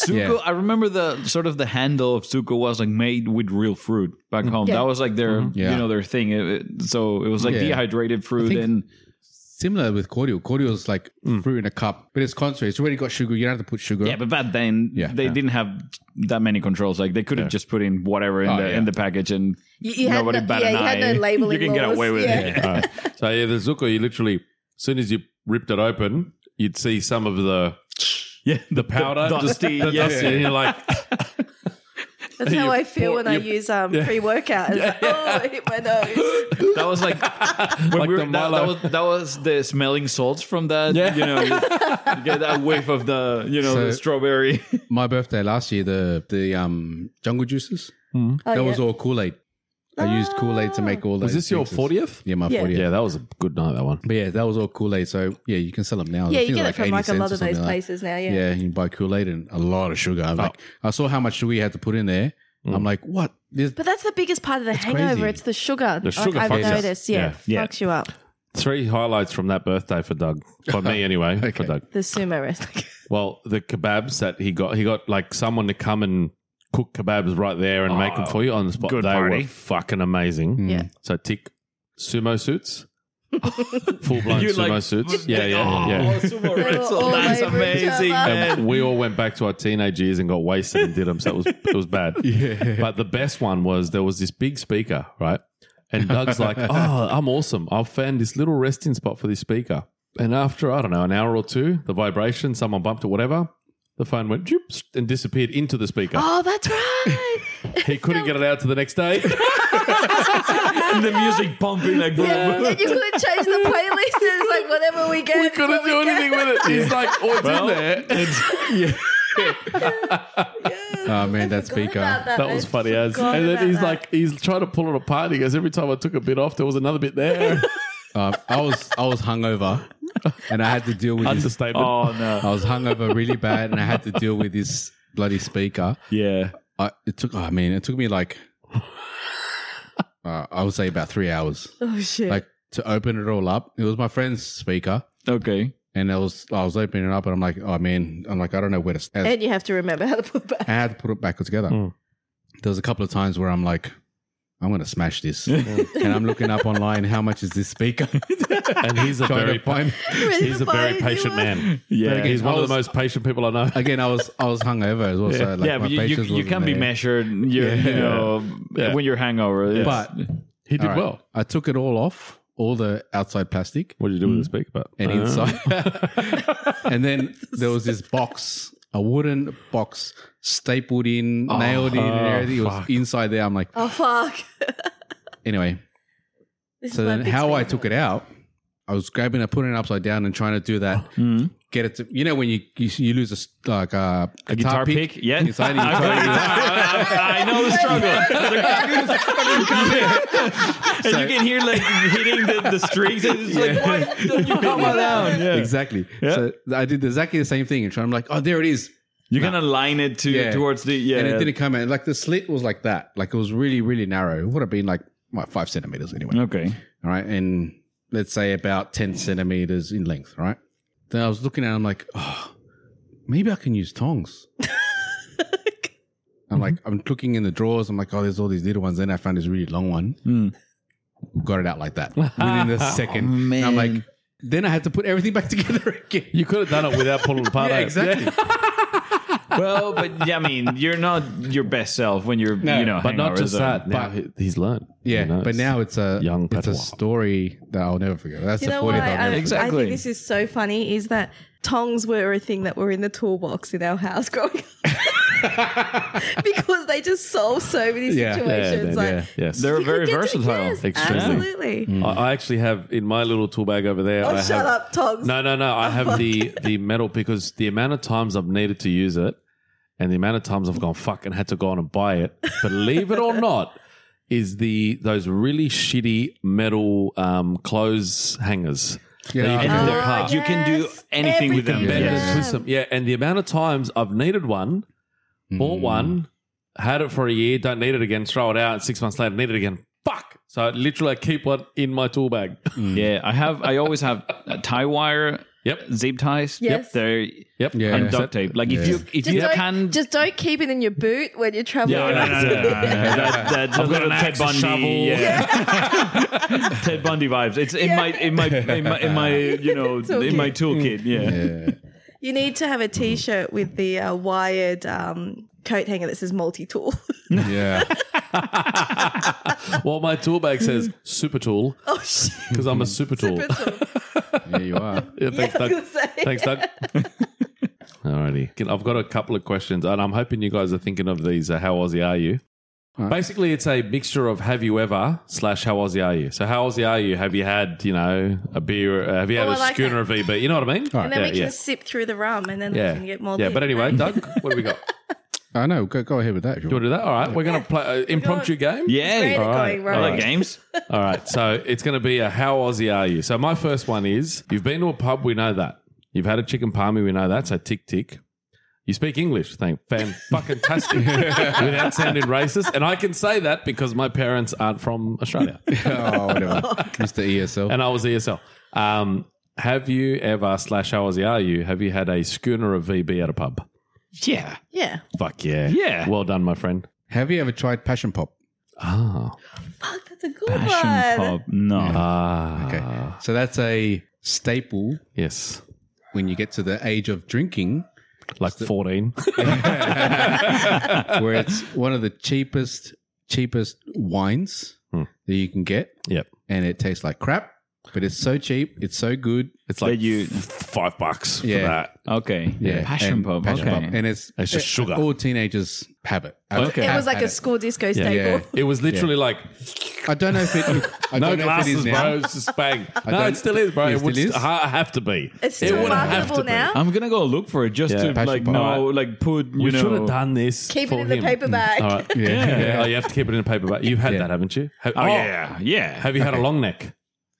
Zuko, Yeah. I remember the sort of the handle of Zuko was like made with real fruit back Mm-hmm. home. Yeah. That was like their, Yeah. you know, their thing. It- it- so it was like Yeah. dehydrated fruit think- and Similar with cordial. Cordial is like Mm. fruit in a cup, but it's concentrated. It's already got sugar. You don't have to put sugar. yeah, but back then Yeah. they Yeah. didn't have that many controls. Like they could have just put in whatever in Oh, the yeah. in the package and You- you had nobody no- bat yeah, an you had no eye. labeling you can get laws. away with Yeah. it. All right. So yeah, the Zuko, you literally, as soon as you ripped it open, you'd see some of the Yeah, the powder, the dusty, the yeah. dusty, and you're [LAUGHS] like, [LAUGHS] That's how You I feel pour- when I you- use [LAUGHS] um, pre-workout. It's like, oh, it hit my nose. That was like when Like we the were, that, that Milo. was that was the smelling salts from that. Yeah. you know, you, you get that whiff of the you know the So- strawberry. My birthday last year, the the um jungle juices. Oh, that yeah. was all Kool Aid. I used Kool Aid to make all those. Mm. "Was this your mixes. 40th?" Yeah, my Yeah. fortieth. Yeah, that was a good night. That one. But yeah, that was all Kool Aid. So yeah, you can sell them now. Yeah, I you think get they're it from 80 like a cents or lot of those something like places now. that. Yeah. Yeah. you can buy Kool Aid and a lot of sugar. Oh. I'm like, I saw how much sugar you had to put in there. Mm. I'm like, what? [LAUGHS] There's But that's the biggest part of the hangover. crazy. It's the sugar. The sugar I've fucks us. noticed. Yeah, Yeah. fucks you up. Three highlights from that birthday for Doug, for [LAUGHS] me anyway. For Okay. Doug, The sumo [LAUGHS] wrestling. well, the kebabs that he got, he got like someone to come and cook kebabs right there and make them for you on the spot. Oh, good they party. Hmm. were fucking amazing. Yeah. So tick sumo [LAUGHS] suits. Full blown You sumo like- suits. Yeah, yeah, Oh, yeah. super were wrestle. all That's over each amazing, other. man. [LAUGHS] And we all went back to our teenage years and got wasted and did them. So it was it was [LAUGHS] bad. [LAUGHS] But the best one was there was this big speaker, right? And Doug's [LAUGHS] like, "Oh, I'm awesome. I've found this little resting spot for this speaker." And after I don't know an hour or two, the vibration, someone bumped it, whatever. The phone went "Joop," and disappeared into the speaker. oh, that's [LAUGHS] right. he couldn't get it out to the next [LAUGHS] day. [LAUGHS] and the music pumping like [LAUGHS] yeah. And you couldn't change the playlist. It's like whatever we get. we it's what couldn't do we get. anything with it. He's like, "Oh, it's in [LAUGHS] there." oh man, that Forgot speaker. about That I was funny as. forgot And about then he's that. like, he's trying to pull it apart. He goes, every time I took a bit off, there was another bit [LAUGHS] there. Um, I was I was hungover, and I had to deal with [LAUGHS] this. Understatement. oh no, I was hungover really bad, and I had to deal with this bloody speaker. yeah. I, it took. I mean, it took me like uh, I would say about three hours, oh shit. like to open it all up. It was my friend's speaker, Okay, and I was I was opening it up, and I'm like, oh man, I'm like, I don't know where to. Stand. and you have to remember how to put back. I had to put it back together. Mm. There was a couple of times where I'm like, I'm going to smash this. [LAUGHS] and I'm looking up online, how much is this speaker? [LAUGHS] and he's a Trying very to [LAUGHS] find. Ready [LAUGHS] he's to a very buy patient new one. man. yeah, again, He's one of the I most patient people I know. [LAUGHS] Again, I was I was hungover as well. So like yeah. my But you, you, patience you wasn't can be there. measured, you you know, Yeah. when you're hangover. It's- But He did all right, well. I took it all off, all the outside plastic What did you do with the speaker? Uh-huh. But and Oh. [LAUGHS] inside. and then there was this box, a wooden box, stapled in, Oh, nailed in, and everything. It was inside there. I'm like, Oh fuck. anyway. This So is my then, big how I speaker. took it out, I was grabbing it, putting it upside down, and trying to do Oh, that. hmm. Get it to you know when you you, you lose a s- like uh, a guitar, pick, yeah. and you try [LAUGHS] to do that. [LAUGHS] I, I- I know the struggle. It's like, "How can you fucking come here?" and you can hear like hitting the, the strings. And it's like, why don't you come on down? Yeah. [LAUGHS] Exactly. So I did exactly the same thing and trying. I'm like, oh, there it is. You're gonna line it to Yeah. towards the yeah. And it didn't come out. Like the slit was like that. Like it was really, really narrow. It would have been like what, five centimeters anyway. okay. All right. And let's say about 10 centimeters in length. Right. Then I was looking at it. I'm like, oh, maybe I can use [LAUGHS] tongs. Hmm. I'm like, I'm looking in the drawers. I'm like, oh, there's all these little ones. Then I found this really long one. got it out like that within [LAUGHS] the second. And I'm like, Oh, man. then I had to put everything back [LAUGHS] together again. You could have done it without pulling it apart. [LAUGHS] yeah, eh? exactly. [LAUGHS] well, but yeah, I mean, you're not your best self when you're, you know, But not hangover, just so- that. Now But- he- he's learned. Yeah, You know, but it's- now it's a young it's a patois. story that I'll never forget. That's You the know what? forty. I, I, I Exactly. think this is so funny is that tongs were a thing that were in the toolbox in our house growing up. [LAUGHS] because they just solve so many Yeah. Mm. situations. Yeah, yeah, like, yeah, yes. They're you very could get to- versatile. yes, Extremely. Absolutely. I I actually have in my little tool bag over there. Oh, I shut have- up, Togs. No, no, no. I [LAUGHS] have the the metal because the amount of times I've needed to use it, and the amount of times I've gone fuck and had to go on and buy it. Believe it or not, is the those really shitty metal um, clothes hangers. Yeah. that you And Oh, can they're- rip apart. you can do anything with them. Yeah. bend Yes. and twist them. Yeah, and the amount of times I've needed one, bought one, had it for a year, don't need it again, throw it out, six months later, need it again. Fuck! So I literally, I keep one in my tool bag. Yeah, I have. I always have a tie wire. Yep. Zip ties. Yes. They're Yep. Yeah. and duct tape. Like if Yeah. you if Just, you don't, can. just don't keep it in your boot when you're traveling. yeah, no, no, no, no, no, no. That, that's a little an Ted axe, a Bundy. shovel. Yeah. [LAUGHS] Ted Bundy vibes. It's in my in my in my, in my you [LAUGHS] know in my toolkit. Yeah. Mm. You need to have a T-shirt with the uh, wired um, coat hanger that says multi-tool. [LAUGHS] yeah, Well, my tool bag says super tool oh shit! because I'm a super tool. Super tool. yeah, you are. Yeah, thanks, I was Doug. gonna say. Thanks, [LAUGHS] Doug. Alrighty. Can- I've got a couple of questions, and I'm hoping you guys are thinking of these. Uh, how Aussie are you? Basically, it's a mixture of have you ever slash how Aussie are you. So, how Aussie are you? Have you had, you know, a beer? Uh, have you had Oh, a I like schooner of VB? You know what I mean? And then yeah, we can yeah. sip through the rum, and then we yeah. can get more. yeah, lit. but anyway, Doug, what do we got? I know. Go, go ahead with that. if you You want. want to do that? All right, we're going to play uh, impromptu game. Great Yeah. at All right. going all I wrong. like games. All right, so it's going to be a how Aussie are you? So my first one is you've been to a pub, we know that. You've had a chicken palmy, we know that. So tick tick. You speak English, thank fan fucking tastic, without sounding racist. And I can say that because my parents aren't from Australia, oh, [LAUGHS] whatever, E Mr. ESL. and I was ESL. Um, have you ever slash how Aussie are you? Have you had a schooner of VB at a pub? [LAUGHS] Yeah. Yeah. Fuck yeah, Yeah. Well done, my friend. Have you ever tried passion pop? Ah, Fuck, Oh, that's a good Passion one. pop. No. ah, Okay, so that's a staple yes, when you get to the age of drinking, like fourteen. [LAUGHS] where it's one of the cheapest cheapest wines that you can get, Hmm. yep, and it tastes like crap, but it's so cheap, it's so good. it's like That you- five bucks for Yeah. that. Okay. Yeah, Passion and pop. passion okay. pop. and it's It's just sugar. All teenagers have it. Have- Okay. It have was like had a school disco staple. Yeah. It was literally like I don't know if it. I no don't know if it glasses, is bro. now. It's just bang. no, don't- it still is, bro. It It, still would is? st- ha- have to be. [LAUGHS] It's it still would have to marketable be. now. I'm gonna go look for it just Yeah, to passion like pop. no like put you We should know have done this. Keep it for in the him. paper bag. All right. Yeah. Yeah. Oh, you have to keep it in a paper bag. You've had Yeah. that, haven't you? Ha- Oh, yeah, yeah. Have you had a long neck?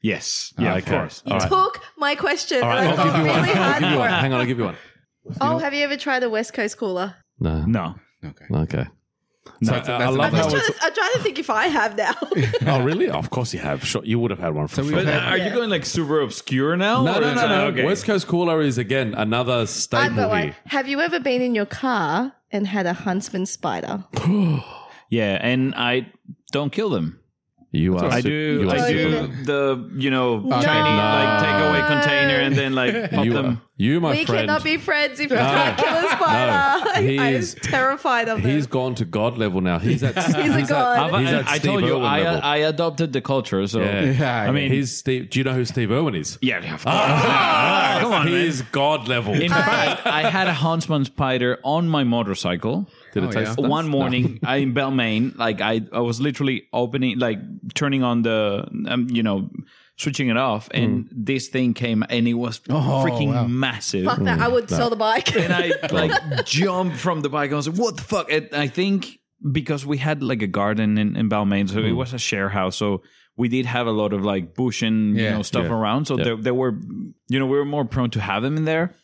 yes, yeah, of Okay. course. You All right. took my question. All right. and I I'll give got you one. really I'll hard give you for one. it. Hang on. I'll give you Oh, one. Oh, have you ever tried a West Coast cooler? No. No, Okay. Okay. so, that's a- uh, I that's a love good how I'm one. it's. trying, to, I'm trying to think if I have [LAUGHS] now. Oh, really? of course you have. Sure, you would have had one for So we've sure. but uh, had- are you Yeah. going like super obscure now? No, or no, is no, it- no. Oh, Okay. West Coast Cooler is again another I've got staple one. here. Have you ever been in your car and had a huntsman spider? yeah, and I don't kill them. You are. I su- do. you are I super- do the you know Chinese like takeaway container and then like pop You, them. are- you, my we friend. cannot be friends if you can't kill a spider. [LAUGHS] He I am is- terrified of He's this. gone to God level now. [LAUGHS] He's at He's, a god. I've- He's at I, I Steve told you Irwin I, level. I uh, adopted the culture, so Yeah. Yeah, I mean, he's Steve. Do you know who Steve Irwin is? yeah, yeah, [LAUGHS] of course. Ah, come on, Ah, he's God level. In fact, I had a huntsman spider on my motorcycle. Did it Oh, taste yeah. nice? one No. [LAUGHS] morning [LAUGHS] I in Belmain, like I, I was literally opening, like turning on the, um, you know, switching it off, and Hmm. this thing came and it was Oh, freaking wow. massive. Fuck Mm, that. I would sell the bike. And I like jumped from the bike. and I was like, what the fuck? And I think because we had like a garden in, in Balmain, so it was a share house. So we did have a lot of like bush and you Yeah. know stuff Yeah. around. So there, there were, you know, we were more prone to have them in there.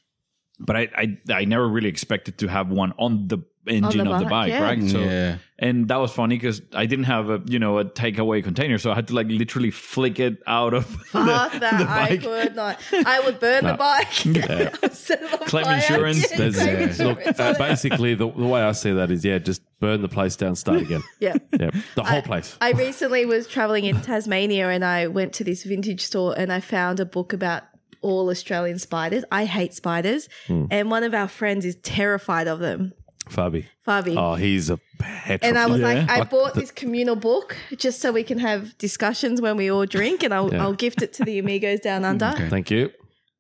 But I, I, I never really expected to have one on the engine of the bike, bike, yeah. right? So Yeah. and that was funny because I didn't have a you know a takeaway container, so I had to like literally flick it out of [LAUGHS] Fuck [LAUGHS] the, that. the I bike. could not. I would burn the bike. [LAUGHS] I'd set it on Claim fire. insurance. Yeah, [LAUGHS] There's- claim yeah. insurance. uh, Look, uh, basically, the, the way I see that is, yeah, just burn the place down, start again. [LAUGHS] Yeah. yep. The whole place. I recently was traveling in Tasmania and I went to this vintage store and I found a book about all Australian spiders. I hate spiders. Hmm. And one of our friends is terrified of them, Fabi. Fabi. Oh, he's a petrified. And I was like, I Like bought this communal book just so we can have discussions when we all drink, and I'll, Yeah. I'll gift it to the amigos down Hmm. under. Thank you.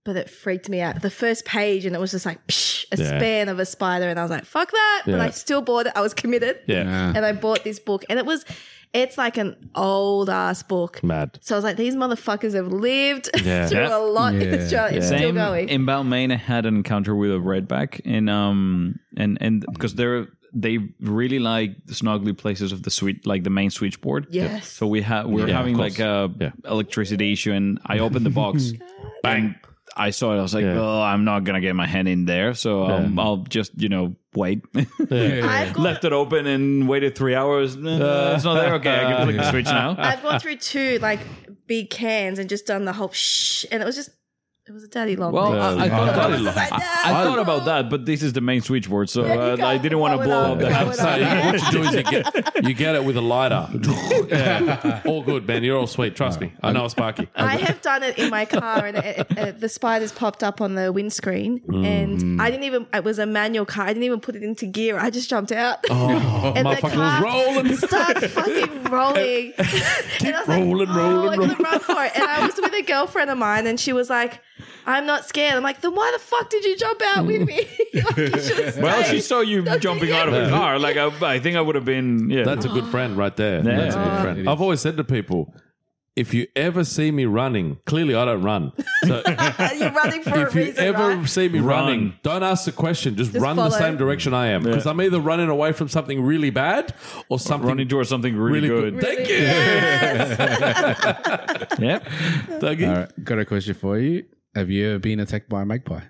But it freaked me out. The first page, and it was just like psh, a Yeah. span of a spider, and I was like, "Fuck that!" But Yeah. I still bought it. I was committed, Yeah. Ah. and I bought this book, and it was, it's like an old ass book. Mad. So I was like, "These motherfuckers have lived [LAUGHS] Yeah. through Yeah. a lot in Yeah. Australia. It's still Same going." in Balmain, I had an encounter with a redback, and um, and and because they're they really like the snuggly places of the switch, like the main switchboard. Yes. So we had we Yeah, were of having course. like a Yeah. electricity issue, and I opened the box, bang. I saw it. I was like, Yeah. "Oh, I'm not gonna get my hand in there, so um, I'll just, you know, wait." [LAUGHS] I've gone, uh, Left it open and waited three hours. Uh, it's not there. Okay, I can flick the switch now. I've uh, gone through two like big cans and just done the whole shh, and it was just, it was a daddy long. Well, thing. I, I thought about it. Like, nah. I thought about that, but this is the main switchboard, so Yeah, you uh, I can't didn't want blow it to blow up. up You the can't house. blow it up. So Yeah. what you do is you [LAUGHS] get you get it with a lighter. Yeah. All good, man. You're all sweet. Trust me. I know it's Sparky. I have done it in my car, and it, it, it, the spiders popped up on the windscreen, Mm. and I didn't even. It was a manual car. I didn't even put it into gear. I just jumped out. Oh, [LAUGHS] And the motherfucker was car- [LAUGHS] rolling. Started fucking [LAUGHS] rolling. and I was rolling, like, rolling, oh, I rolling." couldn't run for it. And I was with a girlfriend of mine, and she was like, "I'm not scared." I'm like, "Then why the fuck did you jump out with me?" [LAUGHS] like, you should've Well, stayed. she saw you jumping out of the car. Like I, I think I would have been. Yeah, That's a good friend right there. Yeah. That's a Uh, good Oh. It friend. is. I've always said to people, if you ever see me running, clearly I don't run. [LAUGHS] So You're running for if a you reason, ever right? see me Run. running, don't ask the question. Just, Just run the follow. same direction I am because I'm either running away from something really bad or something running towards something really, really good. good. Thank you. Yes. Yep. Dougie. All right, got a question for you. Have you ever been attacked by a magpie?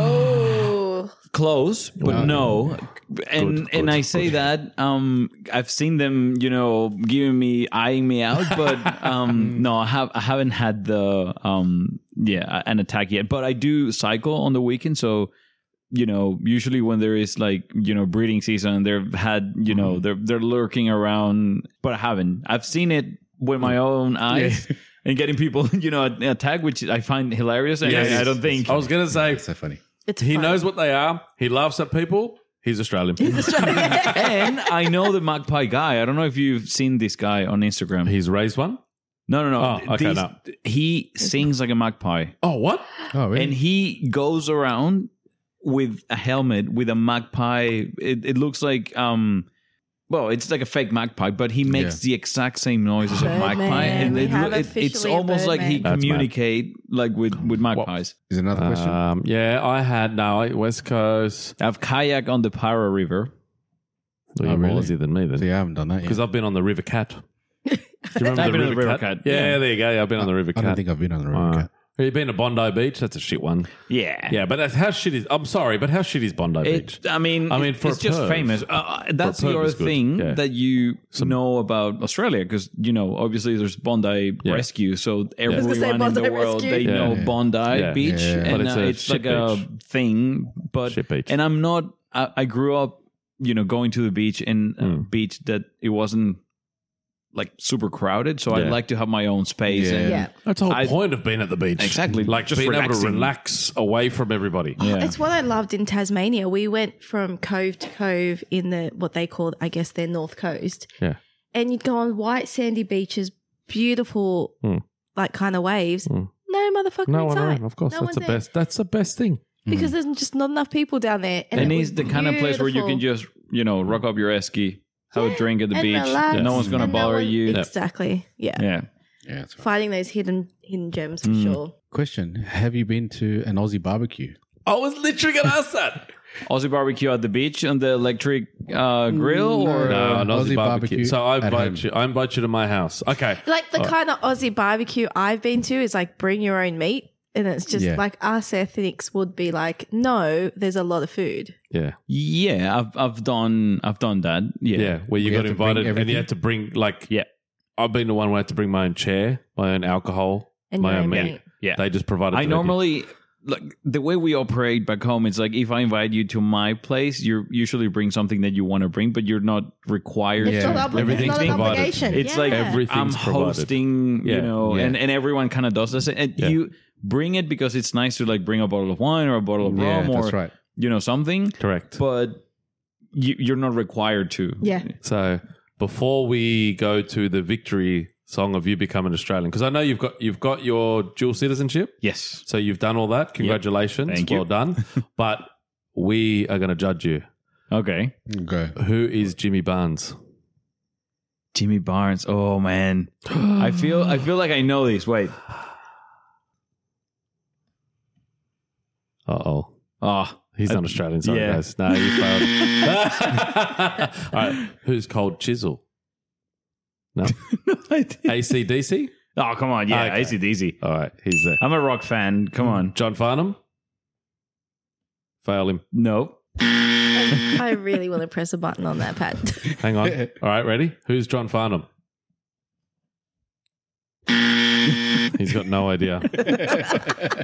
oh. close but no and Good, and good, i say that um i've seen them you know giving me eyeing me out [LAUGHS] but um no i have i haven't had the um yeah an attack yet but i do cycle on the weekend so you know usually when there is like you know breeding season they've had you Mm-hmm. know they're they're lurking around but i haven't i've seen it with my own eyes [LAUGHS] and getting people [LAUGHS] you know attack which i find hilarious and Yes. I, I don't think I was going to say, So funny. It's he fun. knows what they are. He laughs at people. He's Australian. and I know the magpie guy. I don't know if you've seen this guy on [LAUGHS] Instagram. He's raised one. no, no, no. Oh, okay, These- no. He sings like a magpie, Oh, what? Oh, really? and he goes around with a helmet with a magpie. It, it looks like um. Well, it's like a fake magpie, but he makes the exact same noises of Birdman. magpie, and We it, have loo- it, it's officially a almost like he Birdman. That's mad. communicate like with with magpies. Is another question? Um, yeah, I had no I- West Coast. I've kayak on the Para River. Well, you're Oh, more really? Aussie than me then. so you haven't done that yet. Because I've been on the River [LAUGHS] Cat. Do you remember I've been on the River Cat, Yeah, yeah. there you go. Yeah, I've been on the River I Cat. don't think I've been on the river. Uh, Cat. Eh. have you been to Bondi Beach? That's a shit one. Yeah, Yeah, but that's, how shit is? I'm sorry, but how shit is Bondi Beach? It, I mean, I mean, for it's just Perth. famous. Uh, that's For Perth the other it's good, thing yeah. that you know about Australia because you know obviously there's Bondi Yeah. Rescue, so gonna say everyone in Bondi the world Rescue. they Yeah. know Yeah. Bondi Yeah. Beach, Yeah. and But it's uh, a it's shit like a thing. But Shit beach. and I'm not. I, I grew up, you know, going to the beach and a Hmm. beach that it wasn't like super crowded, so I Yeah. like to have my own space. Yeah. And, Yeah. That's the whole I- point of being at the beach. Exactly. Like just Just being able relaxing. to relax away from everybody. Yeah. It's what I loved in Tasmania. We went from cove to cove in the what they call, I guess, their north coast. Yeah. And you'd go on white sandy beaches, beautiful, Hmm. like kind of waves. Hmm. No motherfucker No one inside. around, of course. No that's one's the there. best. Hmm. That's the best thing. because there's just not enough people down there. And it it's was the kind of place where you can beautiful. just, you know, rock up your esky, have a drink at the And beach. relax, No one's going to and no bother one- you. Exactly. Yeah. Yeah. Yeah, that's right. Finding those hidden hidden gems Hmm. for sure. Question: Have you been to an Aussie barbecue? I was literally going to [LAUGHS] ask that. Aussie barbecue at the beach on the electric uh, grill or No, Uh, Um, Aussie an Aussie, barbecue. barbecue So I at home. invite you. I invite you to my house. Okay. Like Oh. the kind of Aussie barbecue I've been to is like bring your own meat. And it's just Yeah. like us ethnics would be like, no, there's a lot of food. Yeah. yeah, I've I've done I've done that. Yeah. Yeah. where We you got had to bring invited and you everything? had to bring like Yeah. I've been the one where I had to bring my own chair, my own alcohol, And my your own own meat. meat. Yeah. They just provided. I the- normally like the way we operate back home it's like if i invite you to my place you usually bring something that you want to bring but you're not required It's Yeah. not, obli- it's Everything's not an provided. obligation. it's like Yeah. Everything's i'm provided. hosting Yeah. you know Yeah. and, and everyone kind of does this and Yeah. you bring it because it's nice to like bring a bottle of wine or a bottle of yeah, rum or that's right. you know something Correct. but you, you're not required to Yeah. So before we go to the victory song of you become an Australian, because I know you've got you've got your dual citizenship, yes so you've done all that. Congratulations, Thank well you. [LAUGHS] done. but we are going to judge you. okay Okay. Who is Jimmy Barnes? jimmy barnes oh [GASPS] man i feel i feel like i know this wait Uh oh. ah He's not Australian, sorry yeah. guys. [LAUGHS] No, you [LAUGHS] failed. All right. Who's Cold Chisel? No. ACDC? oh come on yeah Okay. Mm-hmm. easy easy All right, he's there. i'm a rock fan come on John Farnham? Fail him. no [LAUGHS] I really want to press a button on that pad. [LAUGHS] Uh-huh. Hang [LAUGHS] on. All right, ready? Who's John Farnham? he's got no [LAUGHS] idea.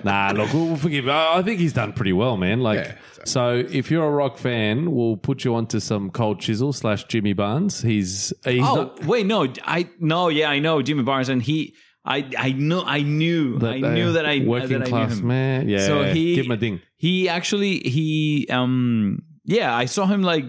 nah, look, we'll forgive. I I think he's done pretty well, man. Like, Yeah. so if you're a rock fan, we'll put you onto some Cold Chisel slash Jimmy Barnes. He's he's oh not. wait no i no yeah i know jimmy barnes and he i i know i knew i they- knew that i working that class I knew him. man. Yeah, So he- give him a ding. he actually he um yeah i saw him like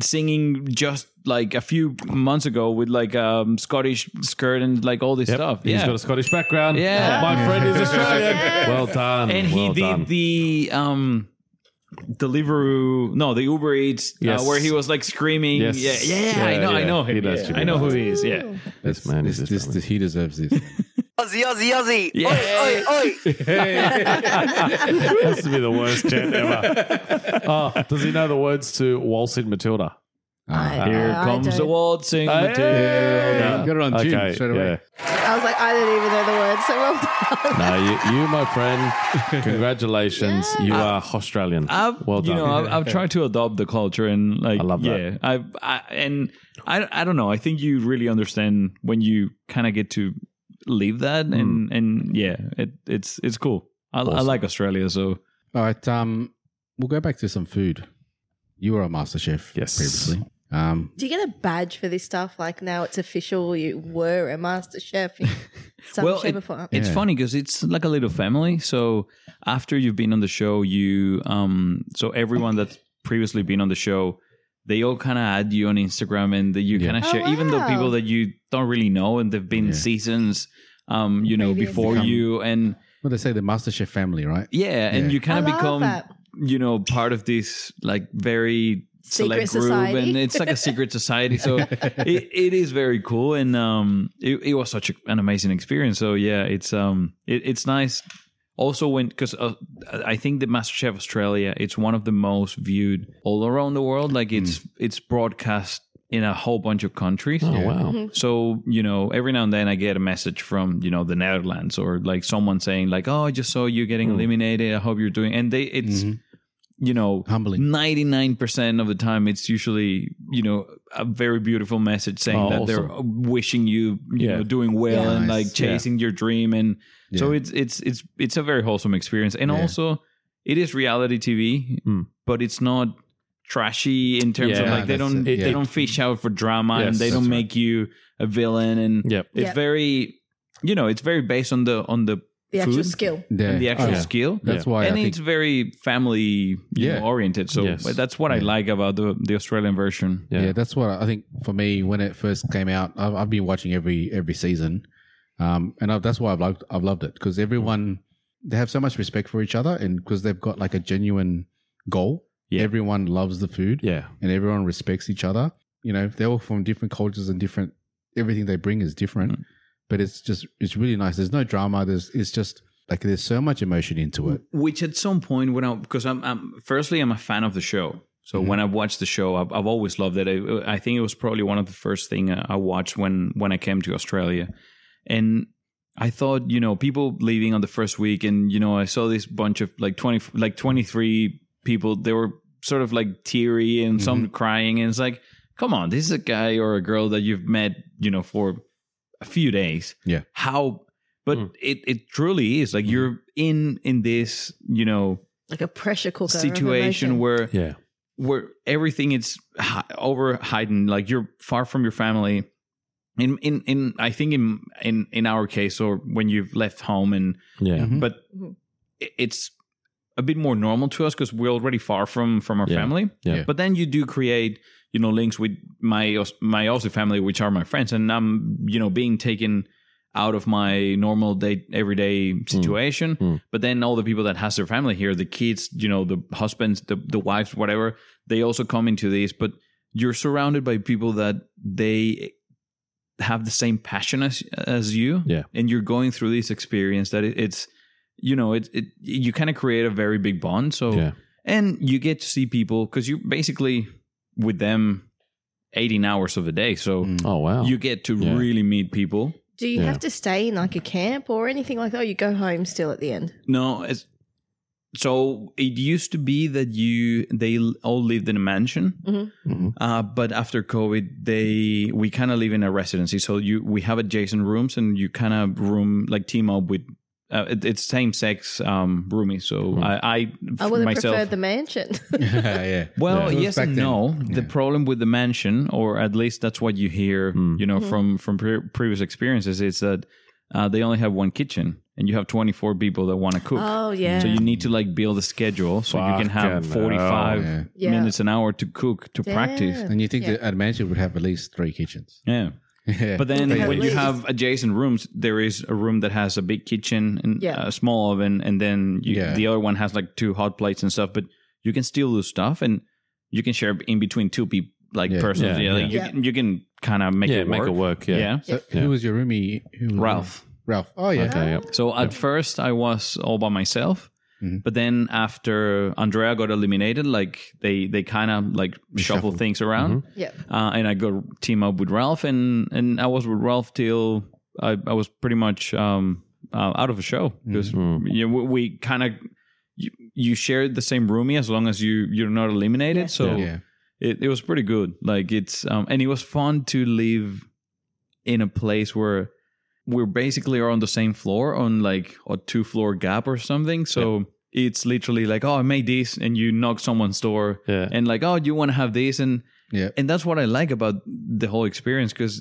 singing just like a few months ago with like um scottish skirt and like all this stuff He's yeah got a Scottish background. Yeah. my friend [LAUGHS] is Australian. Yes. Well done. and he well did done. the um Deliveroo, no, the Uber Eats, Yes. uh, where he was like screaming, Yes. yeah, yeah, I Yeah, know, I yeah. know him, He does yeah. Jimmy I know who he is, yeah, this man This, is this, Australian. this, he deserves [LAUGHS] this. Aussie, Aussie, Aussie. Oh, Yeah. Oi, oi, [LAUGHS] oi. has to be the [LAUGHS] worst chant ever. oh, does he know the words to Waltzing Matilda? Ah, Here I comes the don't- waltzing yeah. Matilda. You got it on tune Okay, straight away. I was like, I don't even know the words. So well done. yeah. No, you, you, my friend, congratulations. You are Australian. I've, well uh, you done. know, I've, I've tried to adopt the culture and like, I love that. yeah, I, I and I, I don't know. I think you really understand when you kind of get to leave that, and and yeah, it, it's it's cool. I, I Hmm. Awesome. like Australia, so All right. Um, we'll go back to some food. You were a master chef Yes. previously. Um, Do you get a badge for this stuff? Like now it's official. You were a master chef. in Some [LAUGHS] Well, shape it- or form. It's Yeah. funny because it's like a little family. So after you've been on the show, you um so everyone that's previously been on the show, they all kind of add you on Instagram and that you Yeah. kind of Oh, share, even though wow. people that you don't really know and they've been Yeah. seasons, um you know Previous. before Become- you and well, they say the master chef family, right? yeah, and Yeah. you I kind of love become that. you know part of this like very Secret select group society. and it's like [LAUGHS] a secret society so it, it is very cool and um it, it was such a, an amazing experience so yeah it's um it, it's nice also when because uh, i think the masterchef australia it's one of the most viewed all around the world like it's it's broadcast in a whole bunch of countries oh, wow. so, you know, every now and then I get a message from, you know, the Netherlands or like someone saying like, "Oh, I just saw you getting Hmm. eliminated. I hope you're doing." And they it's you know, Mm-hmm. Humbling. 99% of the time it's usually, you know, a very beautiful message saying Oh, that they're wishing you, you Yeah. know, doing well Yeah. and Nice. like chasing your dream and so it's it's it's it's a very wholesome experience. And Yeah. also it is reality TV, Mm. but it's not trashy in terms of Yeah, like they that's don't it. they Yeah. don't fish out for drama Yes, and they that's don't make you a villain and Yep. it's Yeah. very you know it's very based on the on the The actual food skill. Yeah. and the actual Oh, yeah. skill That's Yeah. why and I it's think very family you Yeah. know, oriented so Yes. but that's what I like about the the Australian version yeah. that's what I think for me when it first came out. I've, I've been watching every every season, um, and i that's why I've loved I've loved it because everyone they have so much respect for each other, and because they've got like a genuine goal. Yeah. Everyone loves the food, Yeah. and everyone respects each other. You know, they're all from different cultures and different. Everything they bring is different, Mm. but it's just it's really nice. There's no drama. There's it's just like there's so much emotion into it. which at some point when I because I'm, I'm firstly I'm a fan of the show so Mm-hmm. when I watched the show I've, I've always loved it I, I think it was probably one of the first thing I I watched when when I came to Australia and I thought you know people leaving on the first week and you know I saw this bunch of like 20 like 23 people they were sort of like teary and some crying and it's like come on this is a guy or a girl that you've met you know for a few days Yeah. how but it it truly is like you're in in this you know like a pressure cooker of situation emotion. where Yeah. where everything is hi- over heightened like you're far from your family in in in i think in in in our case or when you've left home and Yeah. Mhm. but Mhm. i- it's a bit more normal to us because we're already far from from our Yeah. family Yeah. but then you do create you know links with my Aus- my Aussie family which are my friends and i'm you know being taken out of my normal day everyday situation Mm. but then all the people that has their family here the kids you know the husbands the, the wives whatever they also come into this but you're surrounded by people that they have the same passion as as you Yeah. and you're going through this experience that it, it's you know it, it you kind of create a very big bond so Yeah. and you get to see people because you basically with them 18 hours of the day so Mm. Oh wow. you get to Yeah. really meet people Do you Yeah. have to stay in like a camp or anything like that? Or you go home still at the end? no it's so it used to be that you they all lived in a mansion Mhm. Mhm. uh, but after covid they we kind of live in a residency so you we have adjacent rooms and you kind of room like team up with uh, it, it's same sex um roomie so I, I I would have myself preferred the mansion. [LAUGHS] yeah. Well, Yeah. yes Back and then. no. The Yeah. problem with the mansion, or at least that's what you hear, Hmm. you know, from from pre- previous experiences, is that uh, they only have one kitchen, and you have twenty four people that want to cook. oh yeah. So you need to like build a schedule so you can have Fucking hell, forty five yeah. Yeah. minutes an hour to cook to practice. Damn. And you think Yeah. that a mansion would have at least three kitchens? [LAUGHS] Yeah. Yeah. But then Yeah. At when you least. have adjacent rooms, there is a room that has a big kitchen and Yeah. a small oven, and then you, Yeah. the other one has like two hot plates and stuff. But you can still do stuff, and you can share in between two people, like Yeah. Mm-hmm. persons. Yeah, Yeah, like, yeah. You, can, you can kind of make yeah it make work. it work. Yeah. Yeah. So Yeah. who was your roomie? Who was- Ralph. Ralph. Oh yeah. Okay. [LAUGHS] Yeah. So at first I was all by myself, Mhm. but then after Andrea got eliminated, like they they kind of like shuffle, shuffled. things Mm-hmm. around, Yeah. uh, and I got team up with Ralph, and and I was with Ralph till I, I was pretty much um, uh, out of a show Mm-hmm. because Mhm. you know, we, we kind of you, you shared the same roomie as long as you you're not eliminated, Yeah. so Yeah. it, it was pretty good. Like it's um, and it was fun to live in a place where we're basically are on the same floor on like a two floor gap or something. So it's literally like, oh, I made this, and you knock someone's door, Yeah. and like, oh, do you want to have this? And Yeah. and that's what I like about the whole experience because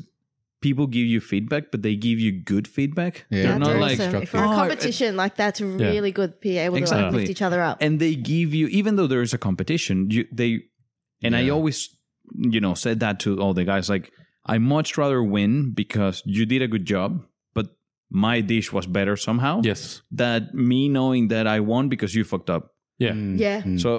people give you feedback, but they give you good feedback. Yeah. They're That's not awesome. like if you're Oh, a it- competition like that's really good, be able to like Exactly. lift each other up. and they give you even though there is a competition you they and i Yeah. always you know said that to all the guys like i much rather win because you did a good job but my dish was better somehow Yes. that me knowing that i won because you fucked up Yeah. Mm. Yeah. Mm. so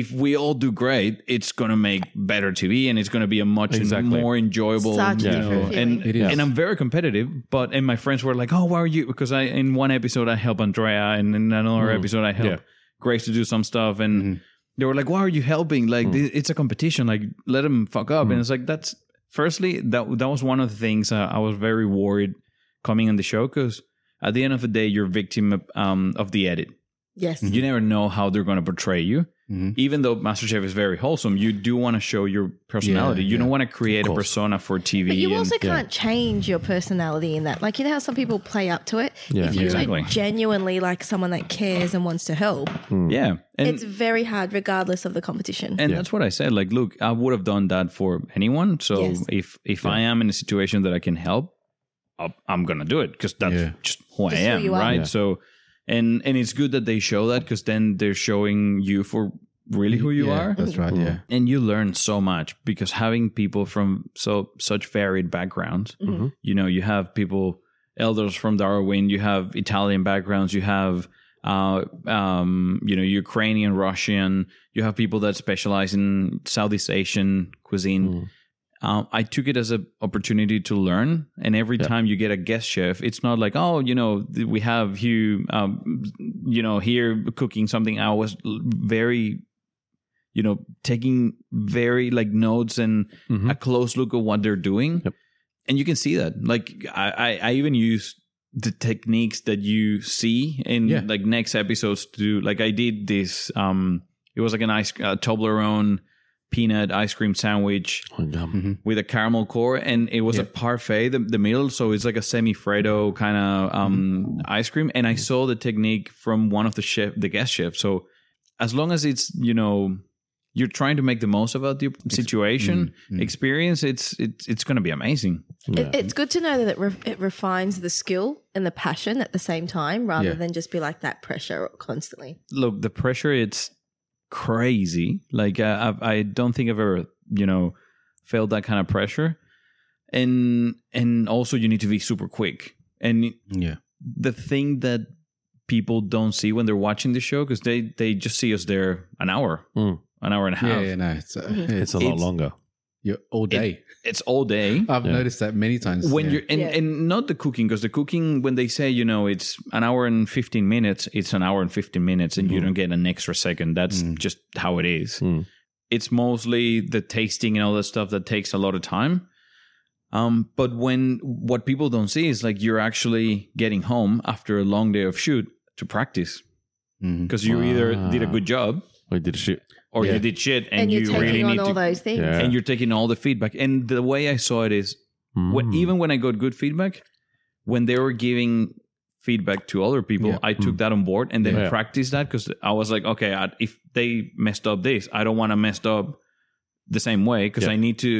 if we all do great it's gonna make better tv and it's gonna be a much Exactly. more enjoyable Such you a Yeah. know, different and feeling. It is. and I'm very competitive, but and my friends were like, "Oh, why are you?" Because I in one episode I help Andrea, and in another Mm. episode I help Yeah. Grace to do some stuff, and Mhm. they were like, "Why are you helping? Like Mm. thi- it's a competition. Like let them fuck up." And it's like that's firstly that that was one of the things uh, I was very worried coming on the show because at the end of the day you're victim of, um, of the edit. Yes. You never know how they're going to portray you. Mhm. Even though MasterChef is very wholesome, you do want to show your personality. you yeah. don't want to create a course. persona for TV. But you and- also can't change your personality in that. Like you know how some people play up to it. Yeah. If you're Exactly. genuinely like someone that cares and wants to help, yeah. And, it's very hard regardless of the competition. and that's what I said. Like, look, I would have done that for anyone. So Yes. if if I am in a situation that I can help, I'll- I'm gonna do it because that's Yeah. just who Just I who am, you are. right? Yeah. So, and and it's good that they show that because then they're showing you for really who you Yeah, are, That's right. Yeah. and you learn so much because having people from so such varied backgrounds, Mhm. you know, you have people elders from Darwin, you have Italian backgrounds, you have uh, um, you know, Ukrainian, Russian, you have people that specialize in Southeast Asian cuisine. Mm. Um, I took it as an opportunity to learn, and every time you get a guest chef, it's not like oh, you know, th- we have Hugh, um, you know, here cooking something. I was l- very, you know, taking very like notes and Mhm. a close look at what they're doing, Yep. and you can see that. Like I, I, I even use the techniques that you see in Yeah. like next episodes to do. Like I did this. Um, it was like an ice uh, Toblerone peanut ice cream sandwich Yum. with a caramel core, and it was a parfait the, the middle, so it's like a semi Fredo kind of um, ice cream. And I saw the technique from one of the chef, the guest chef. So as long as it's you know you're trying to make the most of the situation experience, it's it's it's going to be amazing. It, it's good to know that it, re- it refines the skill and the passion at the same time rather Yeah. than just be like that pressure constantly. look the pressure it's crazy like uh, I, I don't think i've ever you know felt that kind of pressure and and also you need to be super quick and Yeah. the thing that people don't see when they're watching the show because they they just see us there an hour Mm. an hour and a Hmm. Yeah, half yeah, no. It's, Mm-hmm. uh, It's it's a lot It's- longer. you're all day. it's all day I've Yeah. noticed that many times. when Uh, yeah. you're and, Yeah. and not the cooking because the cooking when they say you know it's an hour and 15 minutes it's an hour and 15 minutes and you Hmm. don't get an extra second that's just how it is Mm. it's mostly the tasting and all that stuff that takes a lot of time um but when what people don't see is like you're actually getting home after a long day of shoot to practice Mhm. because you either Wow. did a good job We did a shit. or Yeah. you did shit and, And, you're you taking really on need all to those things. Yeah. and you're taking all the feedback. And the way I saw it is, Mm. when, even when I got good feedback, when they were giving feedback to other people, Yeah. I took that on board and then Mm. Yeah. practiced that because I was like, okay, I, if they messed up this, I don't want to mess up the same way because Yeah. I need to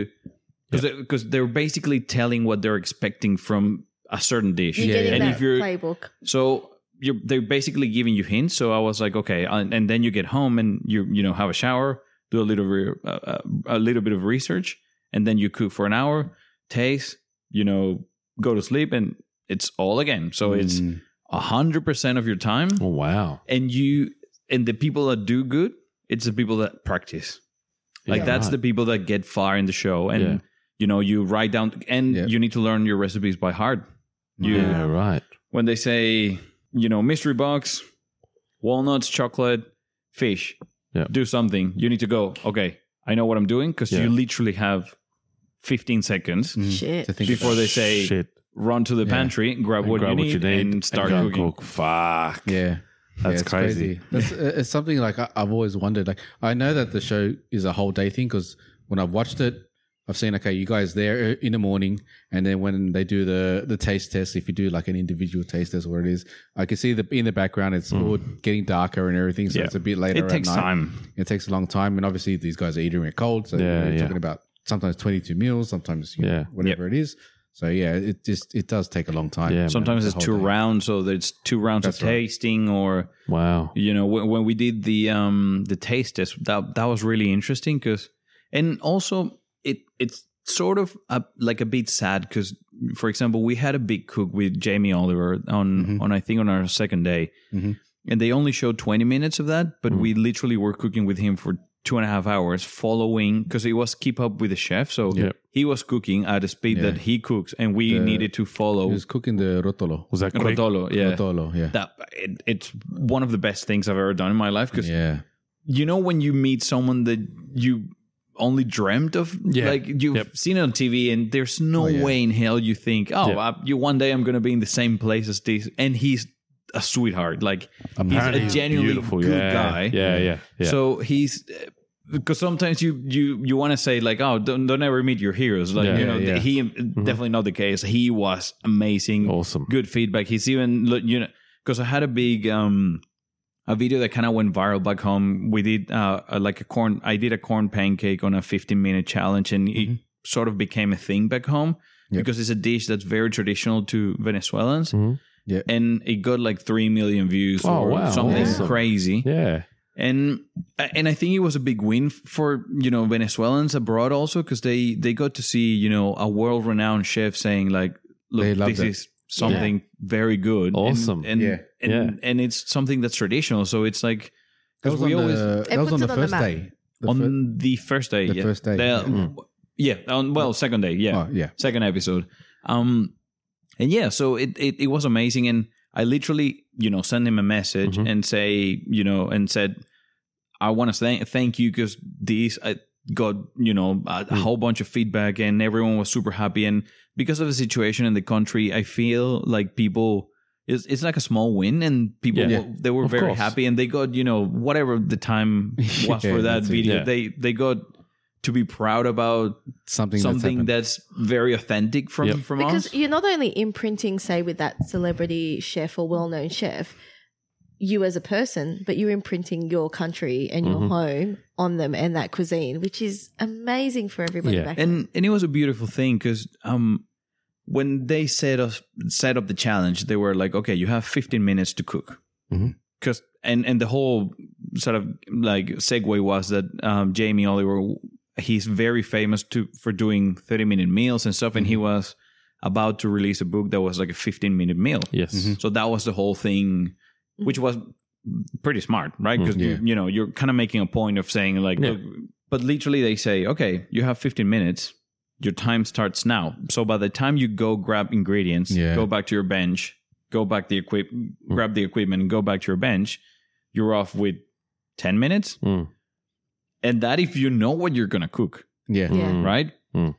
because because they, are basically telling what they're expecting from a certain dish. You're Yeah, getting yeah. And that if you're- playbook. So you're they're basically giving you hints. So I was like, okay, and, and then you get home and you you know have a shower, do a little re- uh, uh, a little bit of research, and then you cook for an hour, taste, you know, go to sleep, and it's all again. So it's Mm. a hundred percent of your time, Oh, wow. and you and the people that do good, it's the people that practice. Like Yeah, that's right. the people that get far in the show, and Yeah. you know you write down, and Yeah. you need to learn your recipes by heart you- Yeah, right. when they say, you know, mystery box, walnuts, chocolate, fish, Yeah. do something. You need to go, okay, I know what I'm doing because Yeah. you literally have 15 seconds Mm. Shit. To think before about they say, shit. run to the pantry, grab, And what, grab you need, and start go cooking. Cook. Fuck. it. yeah. That's it's crazy. [LAUGHS] That's, uh, it's something like I, I've always wondered. Like I know that the show is a whole day thing because when I've watched it, I've seen okay, you guys there uh, in the morning, and then when they do the the taste test, if you do like an individual taste test, what it is, I can see the in the background it's Mm. all getting darker and everything, so Yeah. it's a bit later. It at takes night. time. It takes a long time, and obviously these guys are eating it cold, so Yeah, you're yeah. talking about sometimes twenty two meals, sometimes you know, Yeah. whatever it is. So yeah, it just it does take a long time. Yeah. Sometimes the it's whole two day. rounds, so there's two rounds That's of right. tasting or Wow. you know when, when we did the um the taste test that that was really interesting because and also it it's sort of a, like a bit sad because for example we had a big cook with jamie oliver on Mhm. on i think on our second day Mhm. and they only showed 20 minutes of that but we Mm-hmm. literally were cooking with him for two and a half hours following because it was keep up with the chef so Yeah. he was cooking at a speed Yeah. that he cooks and we The- needed to follow He was cooking the rotolo. Was that quick? Rodolo, yeah Rotolo, yeah. that it, it's one of the best things i've ever done in my life because yeah. you know when you meet someone that you only dreamt of Yeah. like you've Yep. seen it on tv and there's no Oh, yeah. way in hell you think oh Yeah. I, you one day i'm gonna be in the same place as this and he's a sweetheart like Apparently he's a genuinely beautiful. good yeah. guy Yeah, yeah, yeah. so he's because sometimes you you you want to say like oh don't don't ever meet your heroes like Yeah. Mm-hmm. you know Yeah, yeah. he definitely not the case he was amazing awesome. good feedback. He's even look, you know because I had a big um a video that kind of went viral back home. We did uh a- like a corn. I did a corn pancake on a 15 minute challenge, and Mm-hmm. it sort of became a thing back home Yep. because it's a dish that's very traditional to Venezuelans. Mhm. Yep. And it got like three million views Oh, or wow. something Awesome. crazy Yeah. and uh, and I think it was a big win for you know Venezuelans abroad also because they they got to see you know a world renowned chef saying like They look loved this it. is something very good Awesome. and and, Yeah. and, Yeah. and it's something that's traditional so it's like That because was we on always the, that was puts on the it on the first map. day. The on fir- the first day the yeah first day, They- yeah. yeah, on well second day yeah oh, yeah. second episode. Um, and yeah, so it, it it was amazing, and I literally you know sent him a message Mhm. and say you know and said I want to thank thank you because these I got you know a, a whole bunch of feedback and everyone was super happy and because of the situation in the country, I feel like people. It's, it's like a small win, and people Yeah. were- they were Of very course. happy, and they got you know whatever the time was Yeah, for that that's it. video. Yeah. They they got to be proud about Something, something that's happened. that's, very authentic from Yep. from Because us. you're not only imprinting, say, with that celebrity chef or well known chef, you as a person, but you're imprinting your country and your Mhm. Mm-hmm. home on them and that cuisine, which is amazing for everybody Yeah. back and and it was a beautiful thing because um when they set us set up the challenge they were like okay you have 15 minutes to cook Mhm. because and and the whole sort of like segue was that um jamie oliver he's very famous to for doing 30 minute meals and stuff and Mm-hmm. he was about to release a book that was like a 15 minute meal Yes. Mhm. so that was the whole thing, which was pretty smart, right? Because Yeah. you, you know you're kind of making a point of saying like, Yeah. look, but literally they say, okay, you have 15 minutes. Your time starts now. So by the time you go grab ingredients, Yeah. go back to your bench, go back the equip, grab the equipment, and go back to your bench, you're off with 10 minutes. Mm. And that if you know what you're gonna cook Yeah. Yeah. Mm. right? Mm.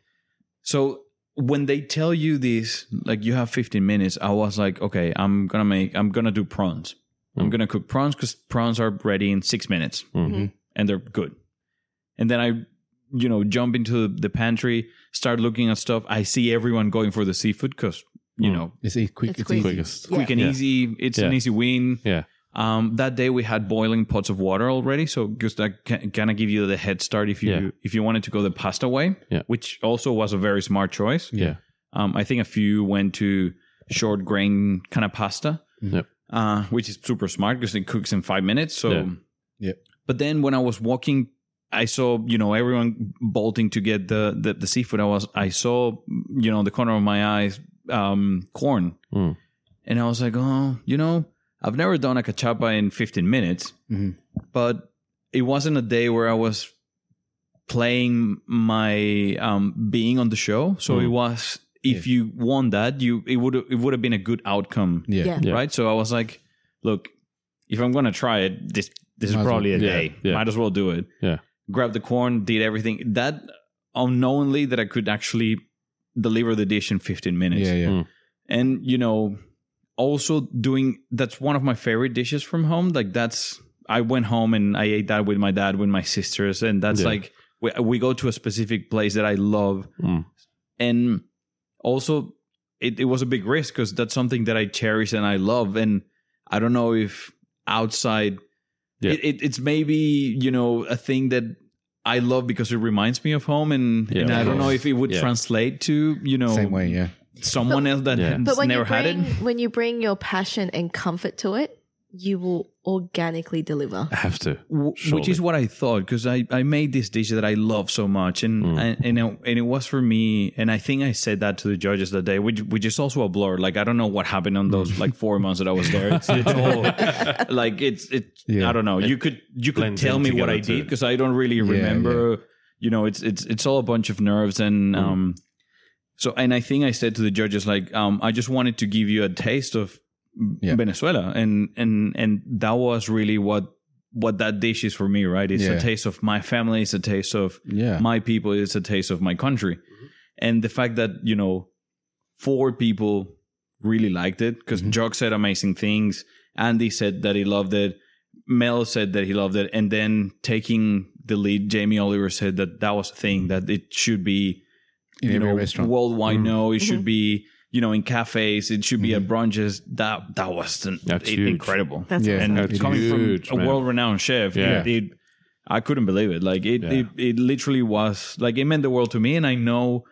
So when they tell you this, like you have 15 minutes, I was like, okay, I'm gonna make, I'm gonna do prawns. I'm Mm. gonna cook prawns because prawns are ready in six minutes Mhm. Mm-hmm. and they're good. And then I, you know, jump into the pantry, start looking at stuff. I see everyone going for the seafood because you Mm. know It's e- quick. It's It's, quick. easy. Quickest. Yeah. quick and Yeah. easy. It's an Yeah. easy win. Yeah. Um, that day we had boiling pots of water already, so just that can kind of give you the head start if you Yeah. if you wanted to go the pasta way, Yeah. which also was a very smart choice. Yeah. Um, I think a few went to short grain kind of pasta, Mm-hmm. Yep. uh, which is super smart because it cooks in five minutes. So, Yeah. Yep. But then when I was walking, I saw you know everyone bolting to get the the, the seafood. I was I saw you know the corner of my eyes um, corn, Mm. and I was like, oh, you know, I've never done a cachapa in fifteen minutes, Mhm. but it wasn't a day where I was playing my um, being on the show. So Mm. it was if you won that, you it would it would have been a good outcome, Yeah. Yeah. Yeah. right? So I was like, look, if I'm gonna try it, this this Might as is probably well. a Yeah, day. yeah. Might as well do it. Yeah. Grab the corn, did everything that unknowingly that I could actually deliver the dish in 15 minutes. Yeah. Yeah. Mm. And you know, also doing that's one of my favorite dishes from home. Like that's I went home and I ate that with my dad, with my sisters, and that's Yeah. like we, we go to a specific place that I love, Mm. and also it, it was a big risk because that's something that I cherish and I love, and I don't know if outside Yeah. it, it, it's maybe you know a thing that I love because it reminds me of home, and, Yeah, and of I don't know course. if it would Yeah. translate to you know Same way. Yeah. someone else that Yeah. has But when never you bring had it. when you bring your passion and comfort to it, you will organically deliver. I have to. W- which Surely. is what I thought because I, I made this dish that I love so much and Mm. and and it, and it was for me and I think I said that to the judges that day which which is also a blur like I don't know what happened on those like four months that I was there it's, it's all like it's it Yeah. I don't know you could you could blends tell in me what together I too. did because I don't really remember you know it's it's it's all a bunch of nerves and um so and I think I said to the judges like um I just wanted to give you a taste of Yeah. Venezuela and and and that was really what what that dish is for me right it's Yeah. a taste of my family it's a taste of Yeah. my people it's a taste of my country and the fact that you know four people really liked it because Mm-hmm. Mhm. Jock said amazing things Andy said that he loved it Mel said that he loved it and then taking the lead Jamie Oliver said that that was a thing Mm-hmm. that it should be In you every know, restaurant. worldwide. Mhm. No, it Mhm. should be you know in cafes. It should be at brunches. That that was an, Mm-hmm. That's it- huge. incredible. That's Yeah. and That's coming huge, from a man. world-renowned chef, Yeah. it, it- I couldn't believe it. Like it, Yeah. it, it literally was like it meant the world to me. And I know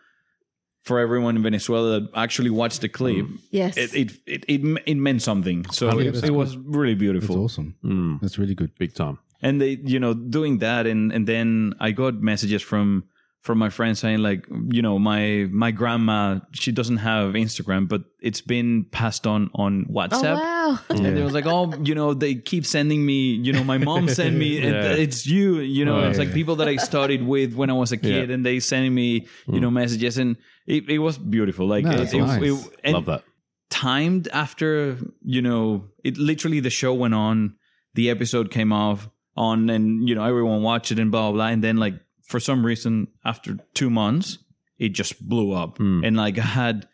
for everyone in Venezuela that actually watched the clip, Mm-hmm. yes. it, it it it it meant something. So Yeah, it, that's it was really That's beautiful awesome. Mm. That's really good. Big time. and they you know doing that and and then i got messages from from my friends saying like you know my my grandma she doesn't have instagram but it's been passed on on oh whatsapp [LAUGHS] wow. and they was like oh you know they keep sending me you know my mom sent [LAUGHS] me and Yeah. it's you you know Oh, it's like yeah. people that i studied with when i was a kid and they sending me you know messages and it, it was beautiful like Mm. No, it, that's it- nice. it- and- Love that. timed after you know it literally the show went on the episode came off on and you know everyone watched it and blah blah blah and then like for some reason after two months it just blew up Mm. and like i had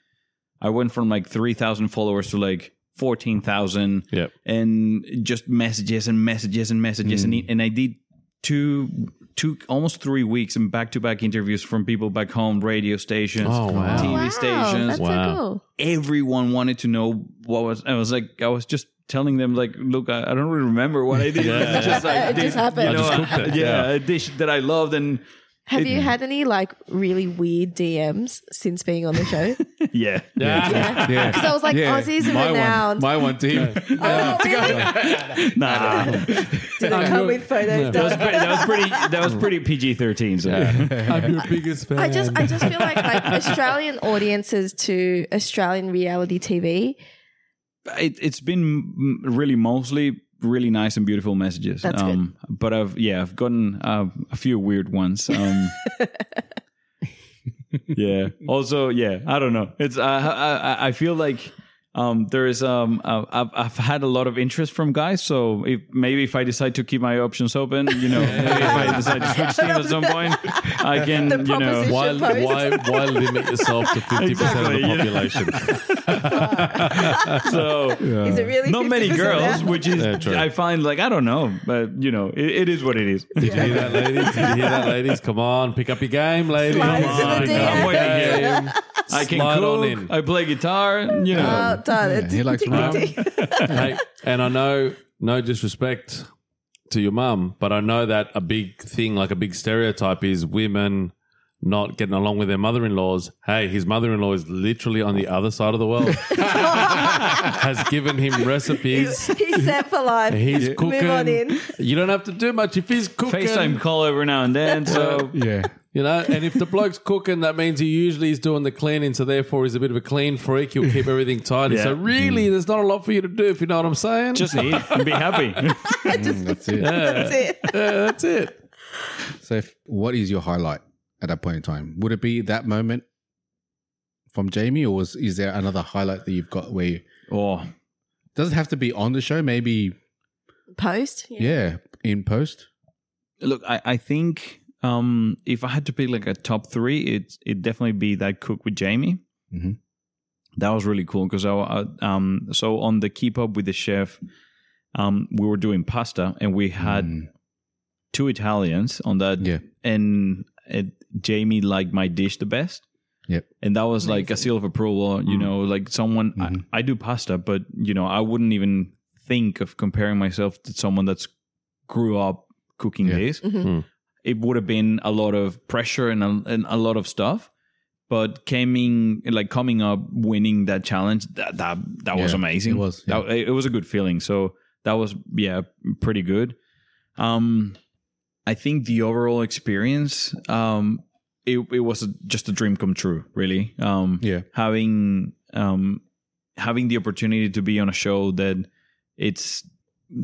i went from like 3000 followers to like 14000 Yep. Hmm. and just messages and messages and messages and, and i did two two almost three weeks in back to back interviews from people back home, radio stations, Oh, wow. TV wow, stations. That's Wow. so cool. Everyone wanted to know what was. I was like, I was just telling them like, look, I, I don't really remember what I did. Yeah. [LAUGHS] It's just [LAUGHS] like It did, just happened. You I know, just cooked it, yeah, yeah. a dish that I loved and Have you had any like really weird DMs since being on the [LAUGHS] show? yeah. Yeah. Yeah. Because I was like, oh, Aussies are my renowned. One, my uh, one team. [LAUGHS] oh, [LAUGHS] really? Nah, [LAUGHS] Did it come with photos? that was pretty. That was pretty. That was pretty PG thirteen. So. I'm your biggest fan. I just I just feel [LAUGHS] like like Australian audiences to Australian reality TV. it, it's been m- really mostly really nice and beautiful messages. That's good. um, But I've yeah, I've gotten uh, a few weird ones. [LAUGHS] Um, yeah. Also, yeah, I don't know. It's I I, I- I feel like. Um, there is um, uh, I've, I've had a lot of interest from guys, so if, maybe if I decide to keep my options open, you know, maybe if I decide to switch teams [LAUGHS] at some point, I can, The you know, proposition. why, should post. why, why limit yourself to 50% Exactly, of the yeah. [LAUGHS] population? so Uh, [LAUGHS] Is it really not many 50% girls, [LAUGHS] now? which is Yeah, true. I find like I don't know, but you know, it, it is what it is. Did you hear that, ladies? Did you hear that, ladies? Come on, pick up your game, ladies. Slide Come to on, the pick up DM. your game. I can Slide on in. cook, I play guitar, you know. Oh, done. It's he [LAUGHS] likes rum. hey, and I know, no disrespect to your mum, but I know that a big thing, like a big stereotype, is women not getting along with their mother-in-laws. Hey, his mother-in-law is literally on the other side of the [LAUGHS] world. Has given him recipes. He's set [LAUGHS] for life. He's Move cooking. on in. You don't have to do much if he's cooking. [LAUGHS] FaceTime call every now and then, [LAUGHS] so Yeah. You know, and if the bloke's cooking, that means he usually is doing the cleaning, so therefore he's a bit of a clean freak. He'll keep everything tidy. Yeah. Mm. So really, there's not a lot for you to do if you know what I'm saying. just eat and be happy. Mm, that's it. That's [LAUGHS] it. yeah, that's it. So, if, what is your highlight at that point in time? Would it be that moment from Jamie, or was, is there another highlight that you've got where you, [LAUGHS] oh, doesn't have to be on the show? Maybe, Post. yeah, in post. look, I, I think um, if I had to pick like a top three, it it definitely be that cook with Jamie. Mhm. That was really cool because I, I um so on the keep up with the chef, um we were doing pasta and we had Mm. two Italians on that, Yeah. and uh Jamie liked my dish the best. Yep. And that was like a seal of approval, Mm. you know, like someone Mhm. I, I do pasta, but you know, I wouldn't even think of comparing myself to someone that's grew up cooking Yeah. this. Mhm. Hmm. It would have been a lot of pressure and a, and a lot of stuff, but coming like coming up winning that challenge that that that was Yeah, amazing. it was, That- it was a good feeling. So that was yeah, pretty good. Um, I think the overall experience, um, it, it was just a dream come true, really. Um, Yeah. having um, having the opportunity to be on a show that it's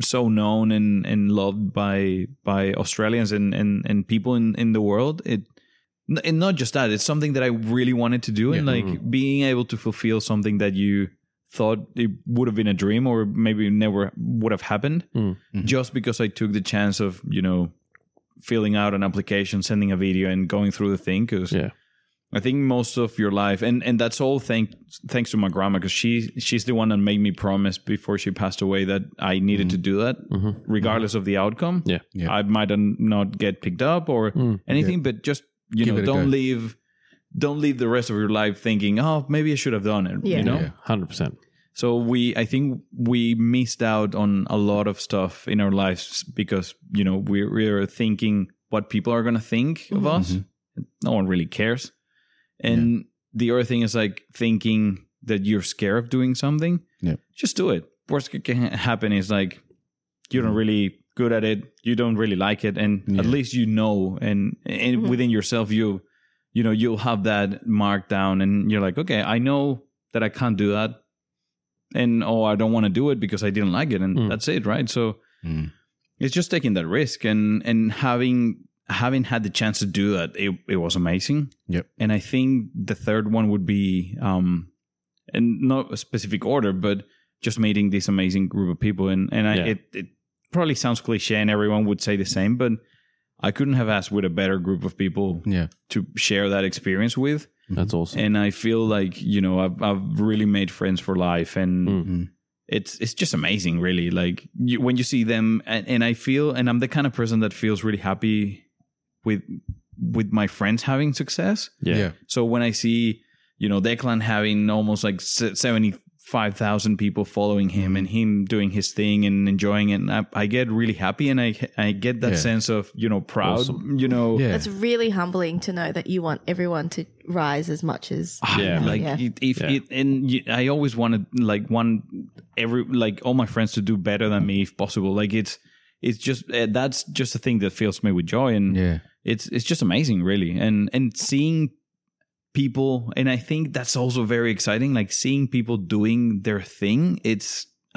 so known and, and loved by by Australians and, and, and people in, in the world. It n- and not just that, it's something that I really wanted to do, and Yeah. Mm-hmm. like being able to fulfill something that you thought it would have been a dream or maybe never would have happened Mm. Mhm. just because I took the chance of, you know, filling out an application, sending a video and going through the thing cuz Yeah. I think most of your life and and that's all thanks thanks to my grandma cuz she she's the one that made me promise before she passed away that I needed to do that Mhm. regardless of the outcome. Yeah. Mm-hmm. Yeah. I might n- not get picked up or Mm. anything, but just you Give know, it a don't go. leave don't leave the rest of your life thinking, oh, maybe I should have done it. Yeah. You know, Yeah. Hundred percent. Mm-hmm. so we, I think we missed out on a lot of stuff in our lives because you know we we are thinking what people are gonna think of us. Mm-hmm. No one really cares. And the other thing is like thinking that you're scared of doing something. Yeah. just do it. Worst that can happen is like you're not really good at it. You don't really like it, and at Mm. Yeah. least you know, and and Mhm. within yourself you you know you'll have that marked down and you're like okay i know that i can't do that and oh i don't want to do it because i didn't like it and Mm. that's it right so Mm. it's just taking that risk and and having having had the chance to do that it, it was amazing Yep. and i think the third one would be um and not a specific order but just meeting this amazing group of people and and I, Yeah. it, it probably sounds cliche and everyone would say the same but i couldn't have asked with a better group of people Yeah. to share that experience with That's awesome. and i feel like you know i've, I've really made friends for life and Mm. Mm. it's it's just amazing really like you, when you see them and, and i feel and i'm the kind of person that feels really happy with with my friends having success. Yeah. So when I see, you know, Declan having almost like seventy five thousand people following him Mm-hmm. and him doing his thing and enjoying it, and I, I get really happy and I I get that Yeah. sense of you know proud, Awesome. you know, yeah. It's really humbling to know that you want everyone to rise as much as Yeah. like Yeah. it- if Yeah. it and you, i always wanted like one every like all my friends to do better than me if possible like it's it's just uh, that's just the thing that fills me with joy and yeah. it's it's just amazing really and and seeing people and i think that's also very exciting like seeing people doing their thing it's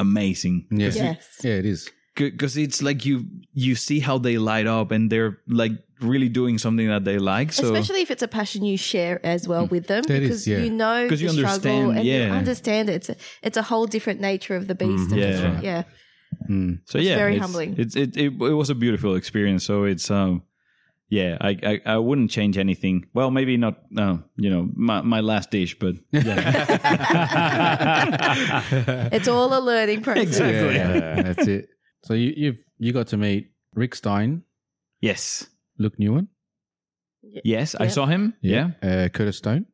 amazing Yeah. Yes. Yeah, it is. because it's like you you see how they light up and they're like really doing something that they like so Especially if it's a passion you share as well with them, That is, because yeah. you know 'Cause the you struggle understand, and you yeah. understand it. It's a, it's a whole different nature of the beast. and Yeah. it's- Right. yeah. Mm. So It's yeah, very it's- humbling. It's it, it it was a beautiful experience. So it's um yeah, I I, I wouldn't change anything. Well, maybe not. Uh, you know, my my last dish, but It's all a learning process. Exactly. Yeah, yeah, that's it. So you, you've you got to meet Rick Stein, [LAUGHS] yes, Luke Newen, yes, I Yeah. saw him. Yeah, uh, Curtis Stone.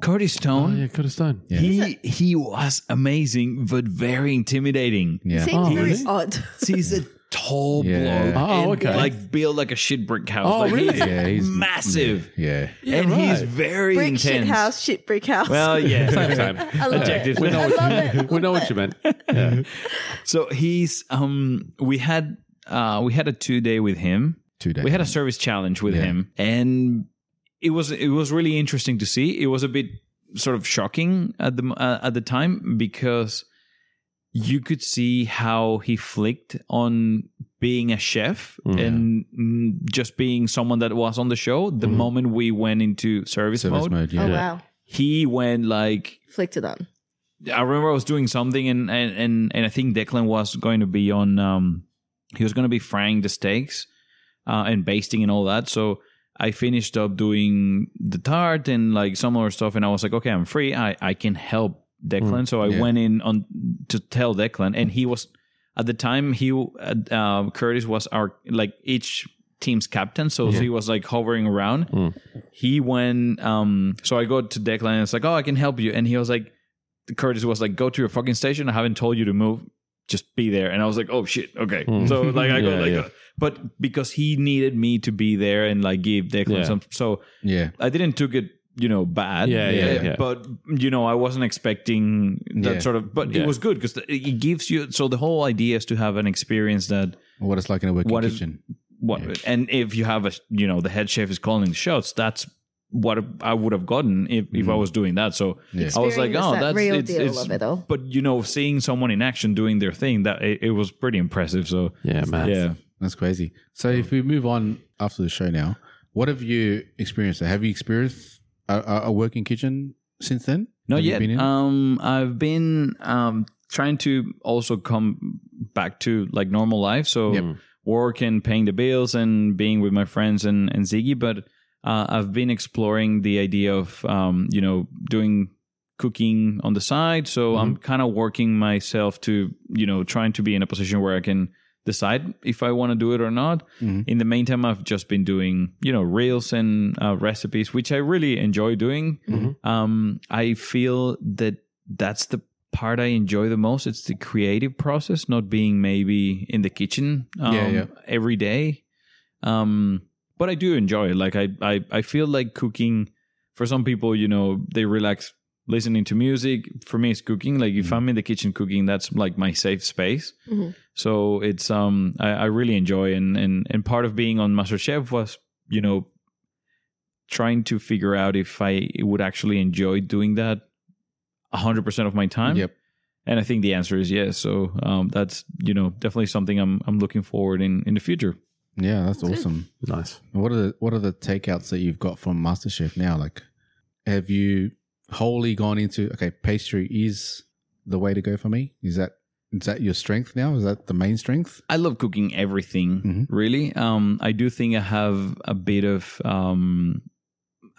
Cody Oh, Stone. yeah, could have stone. Yeah. He he was amazing, but very intimidating. Yeah, Seems Oh, very really? odd. He's a tall Yeah. bloke. Oh, and, okay. Like built like a shit brick house. Oh, like, really? He's yeah, he's massive, Yeah, and right. he's very Brick shit intense. house, shit brick house. Well, yeah, I love Adjectives. it. [LAUGHS] We know I what love you, it. we know what you [LAUGHS] meant. So he's um we had uh we had a two day with him. two days. We had a service challenge with Yeah. him and it was it was really interesting to see. It was a bit sort of shocking at the uh, at the time because you could see how he flicked on being a chef Mm. and mm, just being someone that was on the show the moment we went into service, service mode, mode. Oh yeah, wow, he went like flicked it on. I remember I was doing something, and and and, and I think Declan was going to be on. Um, he was going to be frying the steaks, uh, and basting and all that. So I finished up doing the tart and like some other stuff, and I was like, okay, I'm free. I I can help Declan. Mm, so I yeah. went in on to tell Declan, and he was at the time he uh, uh, Curtis was our like each team's captain so, so he was like hovering around Mm. he went um so i go to declan and it's like oh i can help you and he was like Curtis was like, "Go to your fucking station. I haven't told you to move. Just be there." And I was like, "Oh shit, okay." So like I go Mm. [LAUGHS] Yeah, like, yeah. uh, but because he needed me to be there and like give Declan Yeah. some, so yeah, I didn't took it, you know, bad. Yeah, yeah, Uh, yeah. But you know, I wasn't expecting that Yeah. sort of. But Yeah. it was good because it gives you. So the whole idea is to have an experience that what it's like in a working What is- kitchen. what and if you have a you know the head chef is calling the shots that's what i would have gotten if, if i Mm-hmm. was doing that so i was like Experience oh that that's real it's, deal it's- of it all. but you know seeing someone in action doing their thing that it, it was pretty impressive so Yeah, man. yeah That's crazy. So if we move on after the show now, what have you experienced? Have you experienced a, a, a working kitchen since then? not Have you yet been in? um i've been um trying to also come back to like normal life so Yep. work and paying the bills and being with my friends and and ziggy but uh, i've been exploring the idea of um you know doing cooking on the side so Mm-hmm. i'm kind of working myself to you know trying to be in a position where i can decide if i want to do it or not in the meantime i've just been doing you know reels and uh, recipes which i really enjoy doing Mm-hmm. um, I feel that that's the part I enjoy the most. It's the creative process, not being maybe in the kitchen um, Yeah, yeah. every day. Um, but I do enjoy it. Like I, I, I feel like cooking. For some people, you know, they relax listening to music. For me, it's cooking. Like if I'm in the kitchen cooking, that's like my safe space. Mhm. So it's um, I, I really enjoy and and and part of being on MasterChef was you know trying to figure out if I would actually enjoy doing that 100% of my time. Yep. And I think the answer is yes. So um, that's, you know, definitely something I'm, I'm looking forward in in the future. Yeah, that's awesome. Nice. What are the what are the takeouts that you've got from MasterChef now? Like, have you wholly gone into okay, pastry is the way to go for me? Is that is that your strength now? Is that the main strength? I love cooking everything, really. Um, I do think I have a bit of, um,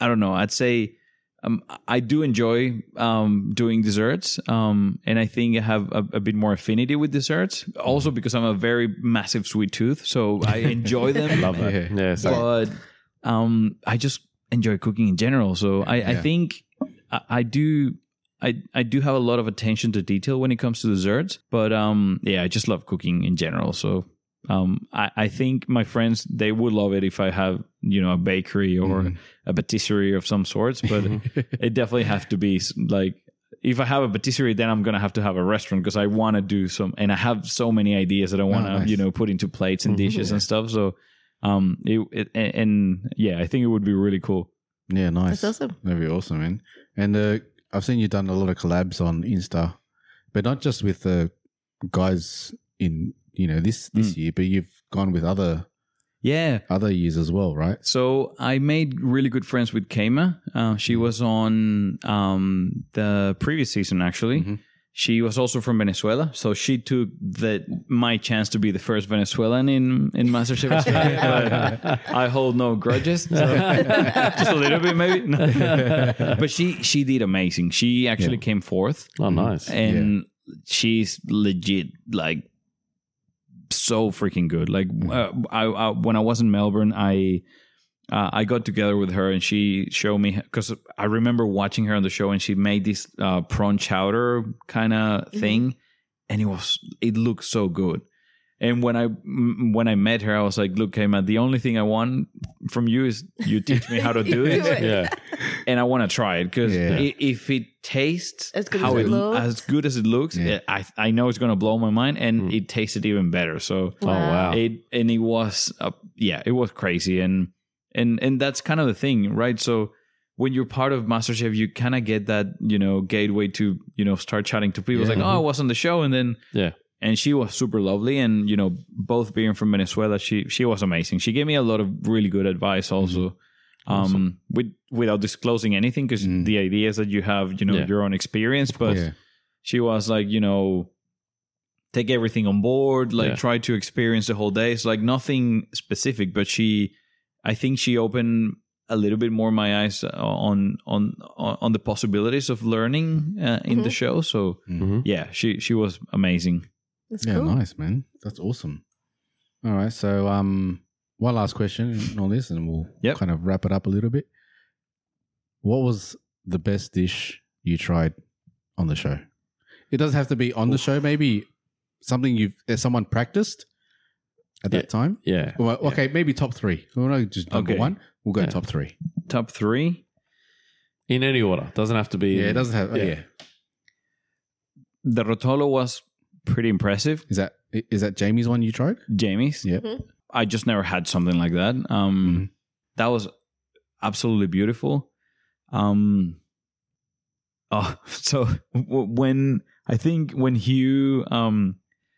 I don't know, I'd say um, I do enjoy um, doing desserts. Um, and I think I have a, a bit more affinity with desserts, also because I'm a very massive sweet tooth. So I enjoy them. Love that. Yeah, so but um, I just enjoy cooking in general. So I, I Yeah. think I, I do. I, I do have a lot of attention to detail when it comes to desserts, but um yeah, I just love cooking in general. So um I, I think my friends they would love it if I have, you know, a bakery or Mm-hmm. a patisserie of some sorts, [LAUGHS] but it definitely have to be s- like if I have a patisserie, then I'm gonna have to have a restaurant because I want to do some, and I have so many ideas that I want to, Oh, nice. you know, put into plates and dishes and stuff. So, um, it, it and, and yeah, I think it would be really cool. Yeah, nice. That's awesome. That'd be awesome, man. And uh, I've seen you've done a lot of collabs on Insta, but not just with the guys in you know this Mm. this year, but you've gone with other Yeah. other years as well, right? So I made really good friends with Kema. Uh, she was on um the previous season actually. Mhm. She was also from Venezuela, so she took the my chance to be the first Venezuelan in in MasterChef [LAUGHS] Australia. but I hold no grudges, [LAUGHS] so- just a little bit maybe. [LAUGHS] No. but she she did amazing. She actually came fourth, Oh, nice. and she's legit like so freaking good. Like uh, I, I when I was in Melbourne, I uh, I got together with her and she showed me because I remember watching her on the show and she made this uh, prawn chowder kind of thing, and it was it looked so good. And when I m- when I met her, I was like, "Look, Emma, the only thing I want from you is you teach me how [LAUGHS] [LAUGHS] to do Do it, it. yeah. and I want to try it because Yeah. if it tastes As good as how it it, looks. as good as it looks, Yeah. Mm. I I know it's gonna blow my mind, and it tasted even better. So Oh, wow. it and it was uh, yeah, it was crazy, and and and that's kind of the thing, right? So when you're part of MasterChef, you kind of get that you know gateway to you know start chatting to people. It's like, oh, I was on the show, and then Yeah. and she was super lovely and you know both being from venezuela she she was amazing she gave me a lot of really good Mm-hmm. advice also um with without disclosing anything because Mm. the idea is that you have you know Mm-hmm. Yeah. your own experience but yeah, she was like you know take everything on board like Yeah. try to experience the whole day it's like nothing specific but she i think she opened a little bit more my eyes uh, on on on on the possibilities of learning uh, in the show so Mhm. yeah she she was amazing That's yeah, cool. nice, man. That's awesome. All right, so um, one last question and all this, and we'll Yep. kind of wrap it up a little bit. What was the best dish you tried on the show? It doesn't have to be on the show. Maybe something you've that someone practiced at Yeah. that time. Yeah. Well, okay, maybe top three. We'll not just number Okay. one. We'll go Yeah. top three. top three. In any order. Doesn't have to be. Yeah, it doesn't have. oh, Yeah. The Rotolo was pretty impressive. is that is that Jamie's one you tried? Jamie's. Yeah. Mm-hmm. Mhm. I just never had something like that. Um, That was absolutely beautiful. Um, oh, [LAUGHS] so w- when I think when Hugh, um,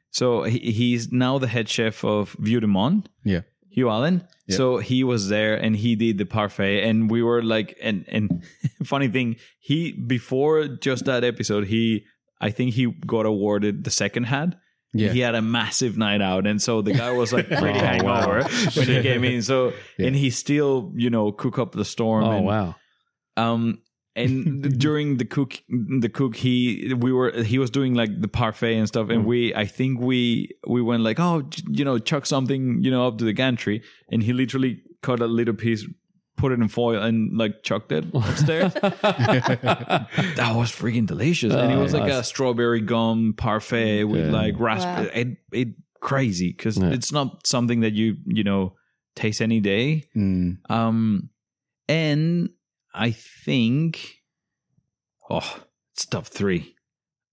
so he, he's now the head chef of View du Monde. Yeah. Hugh Allen. Yeah. So he was there and he did the parfait and we were like and and [LAUGHS] funny thing, he before just that episode, he I think he got awarded the second hat. Yeah. He had a massive night out and so the guy was like [LAUGHS] pretty Oh, wow. hangover when he came in. So Yeah. and he still, you know, cook up the storm Oh, and wow. um [LAUGHS] and during the cook the cook he we were he was doing like the parfait and stuff Mm. and we i think we we went like oh j- you know chuck something you know up to the gantry and he literally cut a little piece put it in foil and like chucked [LAUGHS] it upstairs that was freaking delicious and it Oh, was like a nice. strawberry gum parfait with Yeah. like raspberry Wow. it, it crazy because Yeah. it's not something that you you know taste any day Mm. um, and I think, oh, it's top three.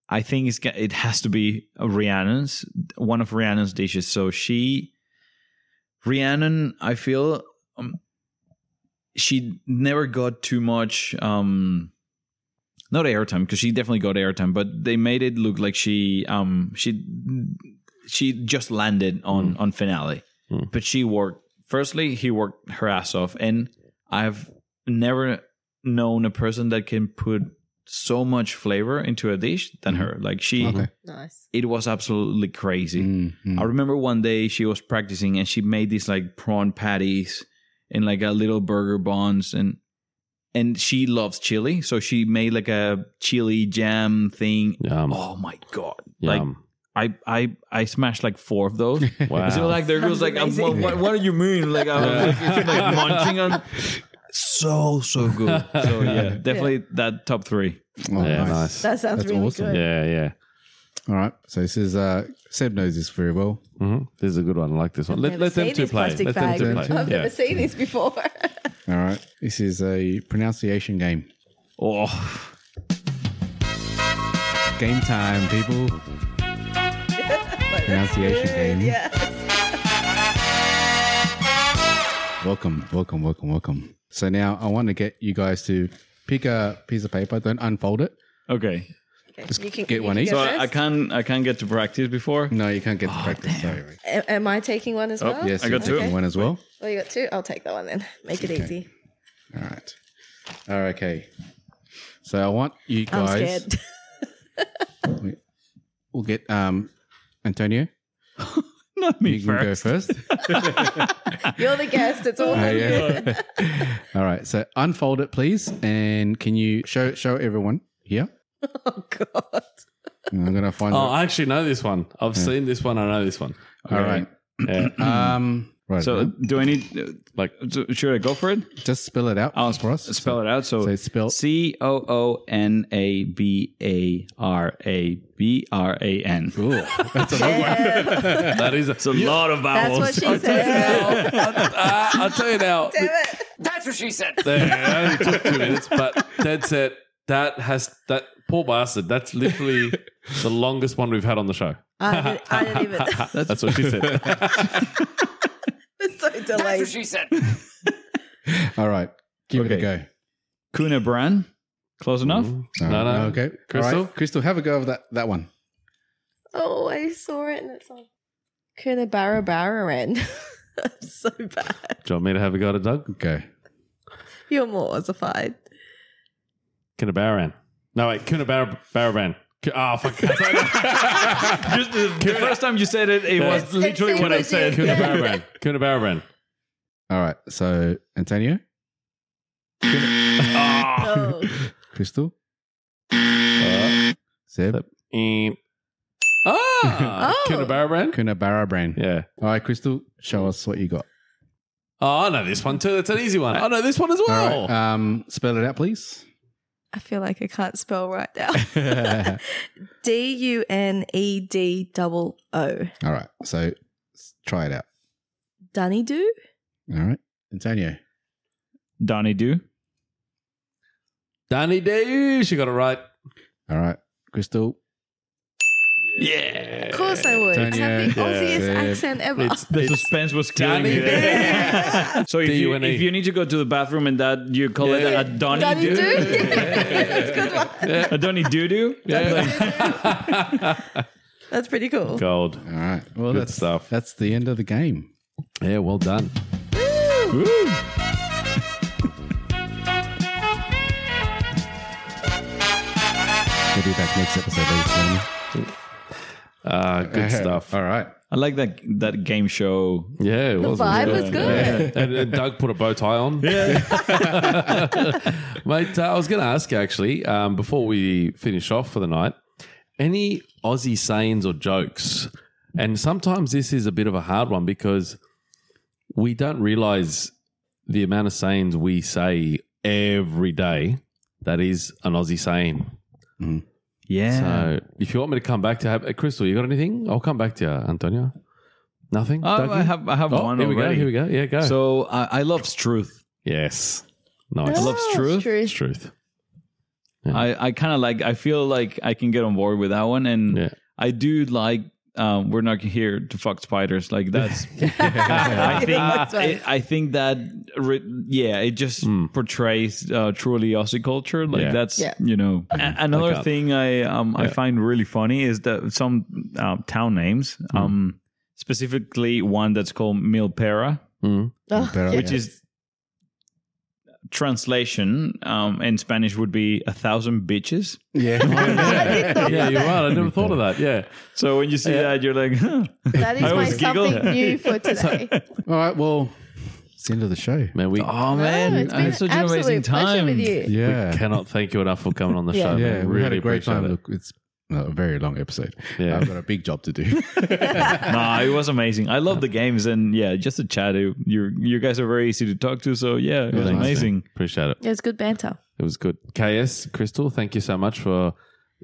I think it's ga- it has to be Rhiannon's one of Rhiannon's dishes. So she, Rhiannon, I feel um, she never got too much. Um, not airtime because she definitely got airtime, but they made it look like she um she she just landed on on finale, Mm. but she worked. Firstly, he worked her ass off, and I've never known a person that can put so much flavor into a dish than her. Like she, Okay. Nice. it was absolutely crazy. Mm, mm. I remember one day she was practicing and she made these like prawn patties and like a little burger buns and and she loves chili, so she made like a chili jam thing. Yum. Oh my god! [LAUGHS] Like Yum. I I I smashed like four of those. Wow. So like there goes like I'm, Amazing. what, what, what do you mean? Like I'm like, like, munching on. So so good. So yeah, definitely that top three. Oh, [LAUGHS] Yeah, nice. nice. That sounds That's really awesome. good. Yeah, yeah. All right. So this is uh, Seb knows this very well. hmm This is a good one. I like this one. Let, Never let them seen two these play. plastic Let them two bags. play. I've Yeah. never seen these before. [LAUGHS] All right. This is a pronunciation game. Oh, Game time, people. [LAUGHS] pronunciation game. yes. Welcome, welcome, welcome, welcome. So now I want to get you guys to pick a piece of paper. Don't unfold it. okay. Just You can- get you one can each. So go I, I first. can't I can't get to practice before. No, you can't get the practice. Sorry. A- Am I taking one as well? Yes, Oh, I you're got two. taking one as well. Well, you got two. I'll take that one then. Make it easy. All right. All right. Okay. So I want you I'm guys. scared. [LAUGHS] We'll get um, Antonio. Not me You can first. go [LAUGHS] first. You're the guest. It's all. Oh, yeah. [LAUGHS] All right. So unfold it, please, and can you show show everyone here? Oh God. And I'm gonna find. Oh, it. I actually know this one. I've seen this one. I know this one. All right. Yeah. [CLEARS THROAT] Um. Right. So So do I need uh, Like, so should I go for it? just spell it out I'll for us. Spell it out. So, So it's spelled- C O O N A B A R A B R A N. [LAUGHS] Cool. That's a long one. Yeah. that is a, It's a lot of That's vowels. what she said. [LAUGHS] I, I'll tell you now. Damn it. That's what she said. There, it only took two minutes, but dead set. That has that poor bastard. That's literally the longest one we've had on the show. I didn't, I [LAUGHS] didn't even. [LAUGHS] That's, what she said. [LAUGHS] it's so That's what delayed. she said. All right. Give it a Okay. go. Cunebran. Close enough. Hmm. All right. No, no. Oh, Okay. All right. Crystal? Crystal, have a go of that that one. Oh, I saw it and it's on. Kunabara [LAUGHS] Bararan. so bad. Do you want me to have a go to Doug? Go. You're [LAUGHS] more ossified. Kinabaran. No, wait, Kinabaran. Oh, fuck. [LAUGHS] Just the the first time you said it, it was literally it's what I with said. you. Kinabaran. Kinabaran. All right. So Antonio, Ah. Oh, Crystal, Seb, Mm. Ah, Oh. Kinabaran. Kunabara brand. Yeah. All right, Crystal, show us what you got. Oh, I know this one too. That's an easy one. I know this one as All well. right. Um, spell it out, please. [LAUGHS] I feel like I can't spell right now. [LAUGHS] All D U N E D double O. right. So s- try it out. Dunny do? All right. Antonio. Donny Do. Danny D, she got it right. All right. Crystal. Yeah. Of course I would. I have the Dunny, yeah. Aussiest Yeah. accent ever. It's, The it's suspense was killing Donny me. Do. there. so if you, D-U-N-E. if you need to go to the bathroom and that you call it E. Yeah. a Donny, Dunny do? Do, That's a good one. a Donny Doo Doo. That's pretty cool. gold. All right. Well, Good that's stuff. That's the end of the game. Yeah, well done. We'll be back next episode. ladies and gentlemen. Uh, [LAUGHS] good stuff. All right. I like that that game show. Yeah, it was. vibe it was good. Yeah. And, and Doug put a bow tie on. Yeah. [LAUGHS] Mate, uh, I was going to ask actually, um, before we finish off for the night, any Aussie sayings or jokes? And sometimes this is a bit of a hard one because we don't realize the amount of sayings we say every day that is an Aussie saying. [LAUGHS] Yeah. So if you want me to come back to have, uh, Crystal, you got anything? I'll come back to you, Antonio. Nothing? Oh, Dougie? I have I have one Oh, here we go. already. Here we go. Yeah, go. So I I love Struth. yes, nice. I love Struth. It's truth. I, I kind of like I feel like I can get on board with that one, and Yeah. I do like um, we're not here to fuck [LAUGHS] spiders. [LAUGHS] Like that's I That's think right. it, I think that re- yeah, it just portrays uh, truly Aussie culture. Like Hmm. Yeah. that's Yeah. you know A- another up. thing I um I find really funny is that some uh, town names Hmm. um specifically one that's called Milpera Mm. Oh, Better- yeah. which is translation um, in Spanish would be a thousand bitches. Yeah. [LAUGHS] [LAUGHS] yeah, you're right. I never thought of that. Yeah. So when you see that, you're like, [LAUGHS] huh. That is I my always giggle. something new [LAUGHS] for today. All right. Well, it's the end of the show. Man, we oh Oh, man, it's I been had such an an absolute amazing pleasure time. with you. Yeah. cannot thank you enough for coming on the Yeah. show. Yeah. man. we really had a great appreciate time. It. Look, it's a very long episode. Yeah. I've got a big job to [LAUGHS] do. [LAUGHS] nah, it was amazing. I love the games, and yeah, just to chat. You you guys are very easy to talk to, so yeah, it was Thanks, amazing. man. Appreciate it. Yeah, it's good banter. It was good. KS, Crystal, thank you so much for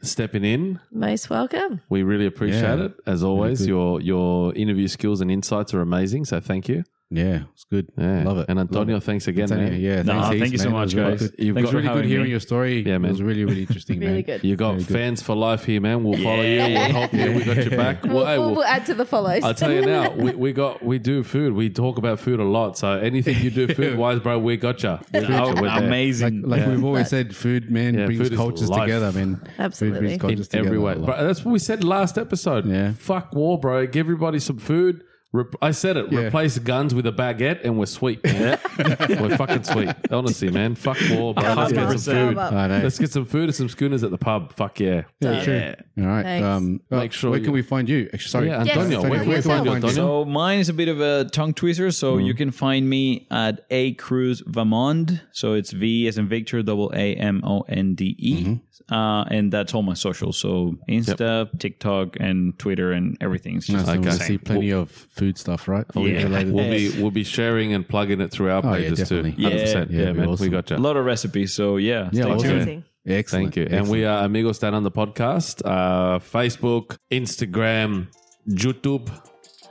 stepping in. Most welcome. We really appreciate Yeah. it. As always, your your interview skills and insights are amazing. So thank you. yeah, it's good. Yeah. Love it. And Antonio, Love it. thanks again. Antonio, man. yeah, Nah, thanks, heaps, thank you so man. It much, was guys. good. You've It was got- really for good having hearing me. your story. Yeah, It was man. really, really interesting, [LAUGHS] Really man. good. You got fans for life here, man. We'll follow you. We'll help you. We got your [LAUGHS] back. We'll, Well, hey, we'll- we'll- we'll add to the follows. I'll tell [LAUGHS] you now, we, we got we do food. We talk about food a lot. So anything you [LAUGHS] do food wise, bro, we gotcha. We're with you. We're there. Like, amazing. like we've always said, food, man, Yeah, brings food is cultures life. together, man. Absolutely. Food brings In cultures together. every way. a lot. Bro, that's what we said last episode. Yeah. Fuck war, bro. Give everybody some food. Rep- I said it. Yeah. Replace guns with a baguette, and we're sweet. man. [LAUGHS] we're fucking sweet. Honestly, man. Fuck war, bro. Let's Come get on, some food. come up. I know. Let's get some food and some schooners at the pub. Fuck yeah. Yeah, sure. All right. Thanks. Um, well, Make sure where you- can we find you? Actually, sorry. Yeah, Yes. Antonio. Where, where can I Yourself. do Antonio? So mine is a bit of a tongue twister. So you can find me at A Cruz Vamond. So it's V as in Victor, double A M O N D E. Uh, and that's all my socials. So Insta, TikTok, and Twitter, and everything. It's just So Okay. Oh, we see plenty of food stuff, right? Food related. We'll be we'll be sharing and plugging it through our Oh, yeah, pages too. definitely. 100%. Yeah. Yeah, Yeah, it'd be man. We awesome. gotcha. a lot of recipes. So yeah, stay awesome. tuned. Amazing. Excellent. Thank you. And we are Amigos Down on the podcast, uh, Facebook, Instagram, YouTube,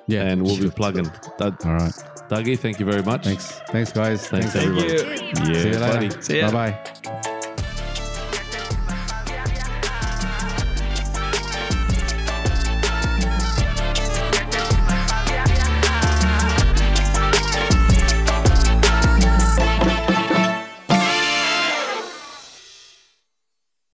yeah, and we'll be plugging. Doug, All right. Dougie, thank you very much. Thanks. Thanks, guys. Thanks, Thank everyone. Thank you. See you Yeah, buddy. later. See ya. Bye bye.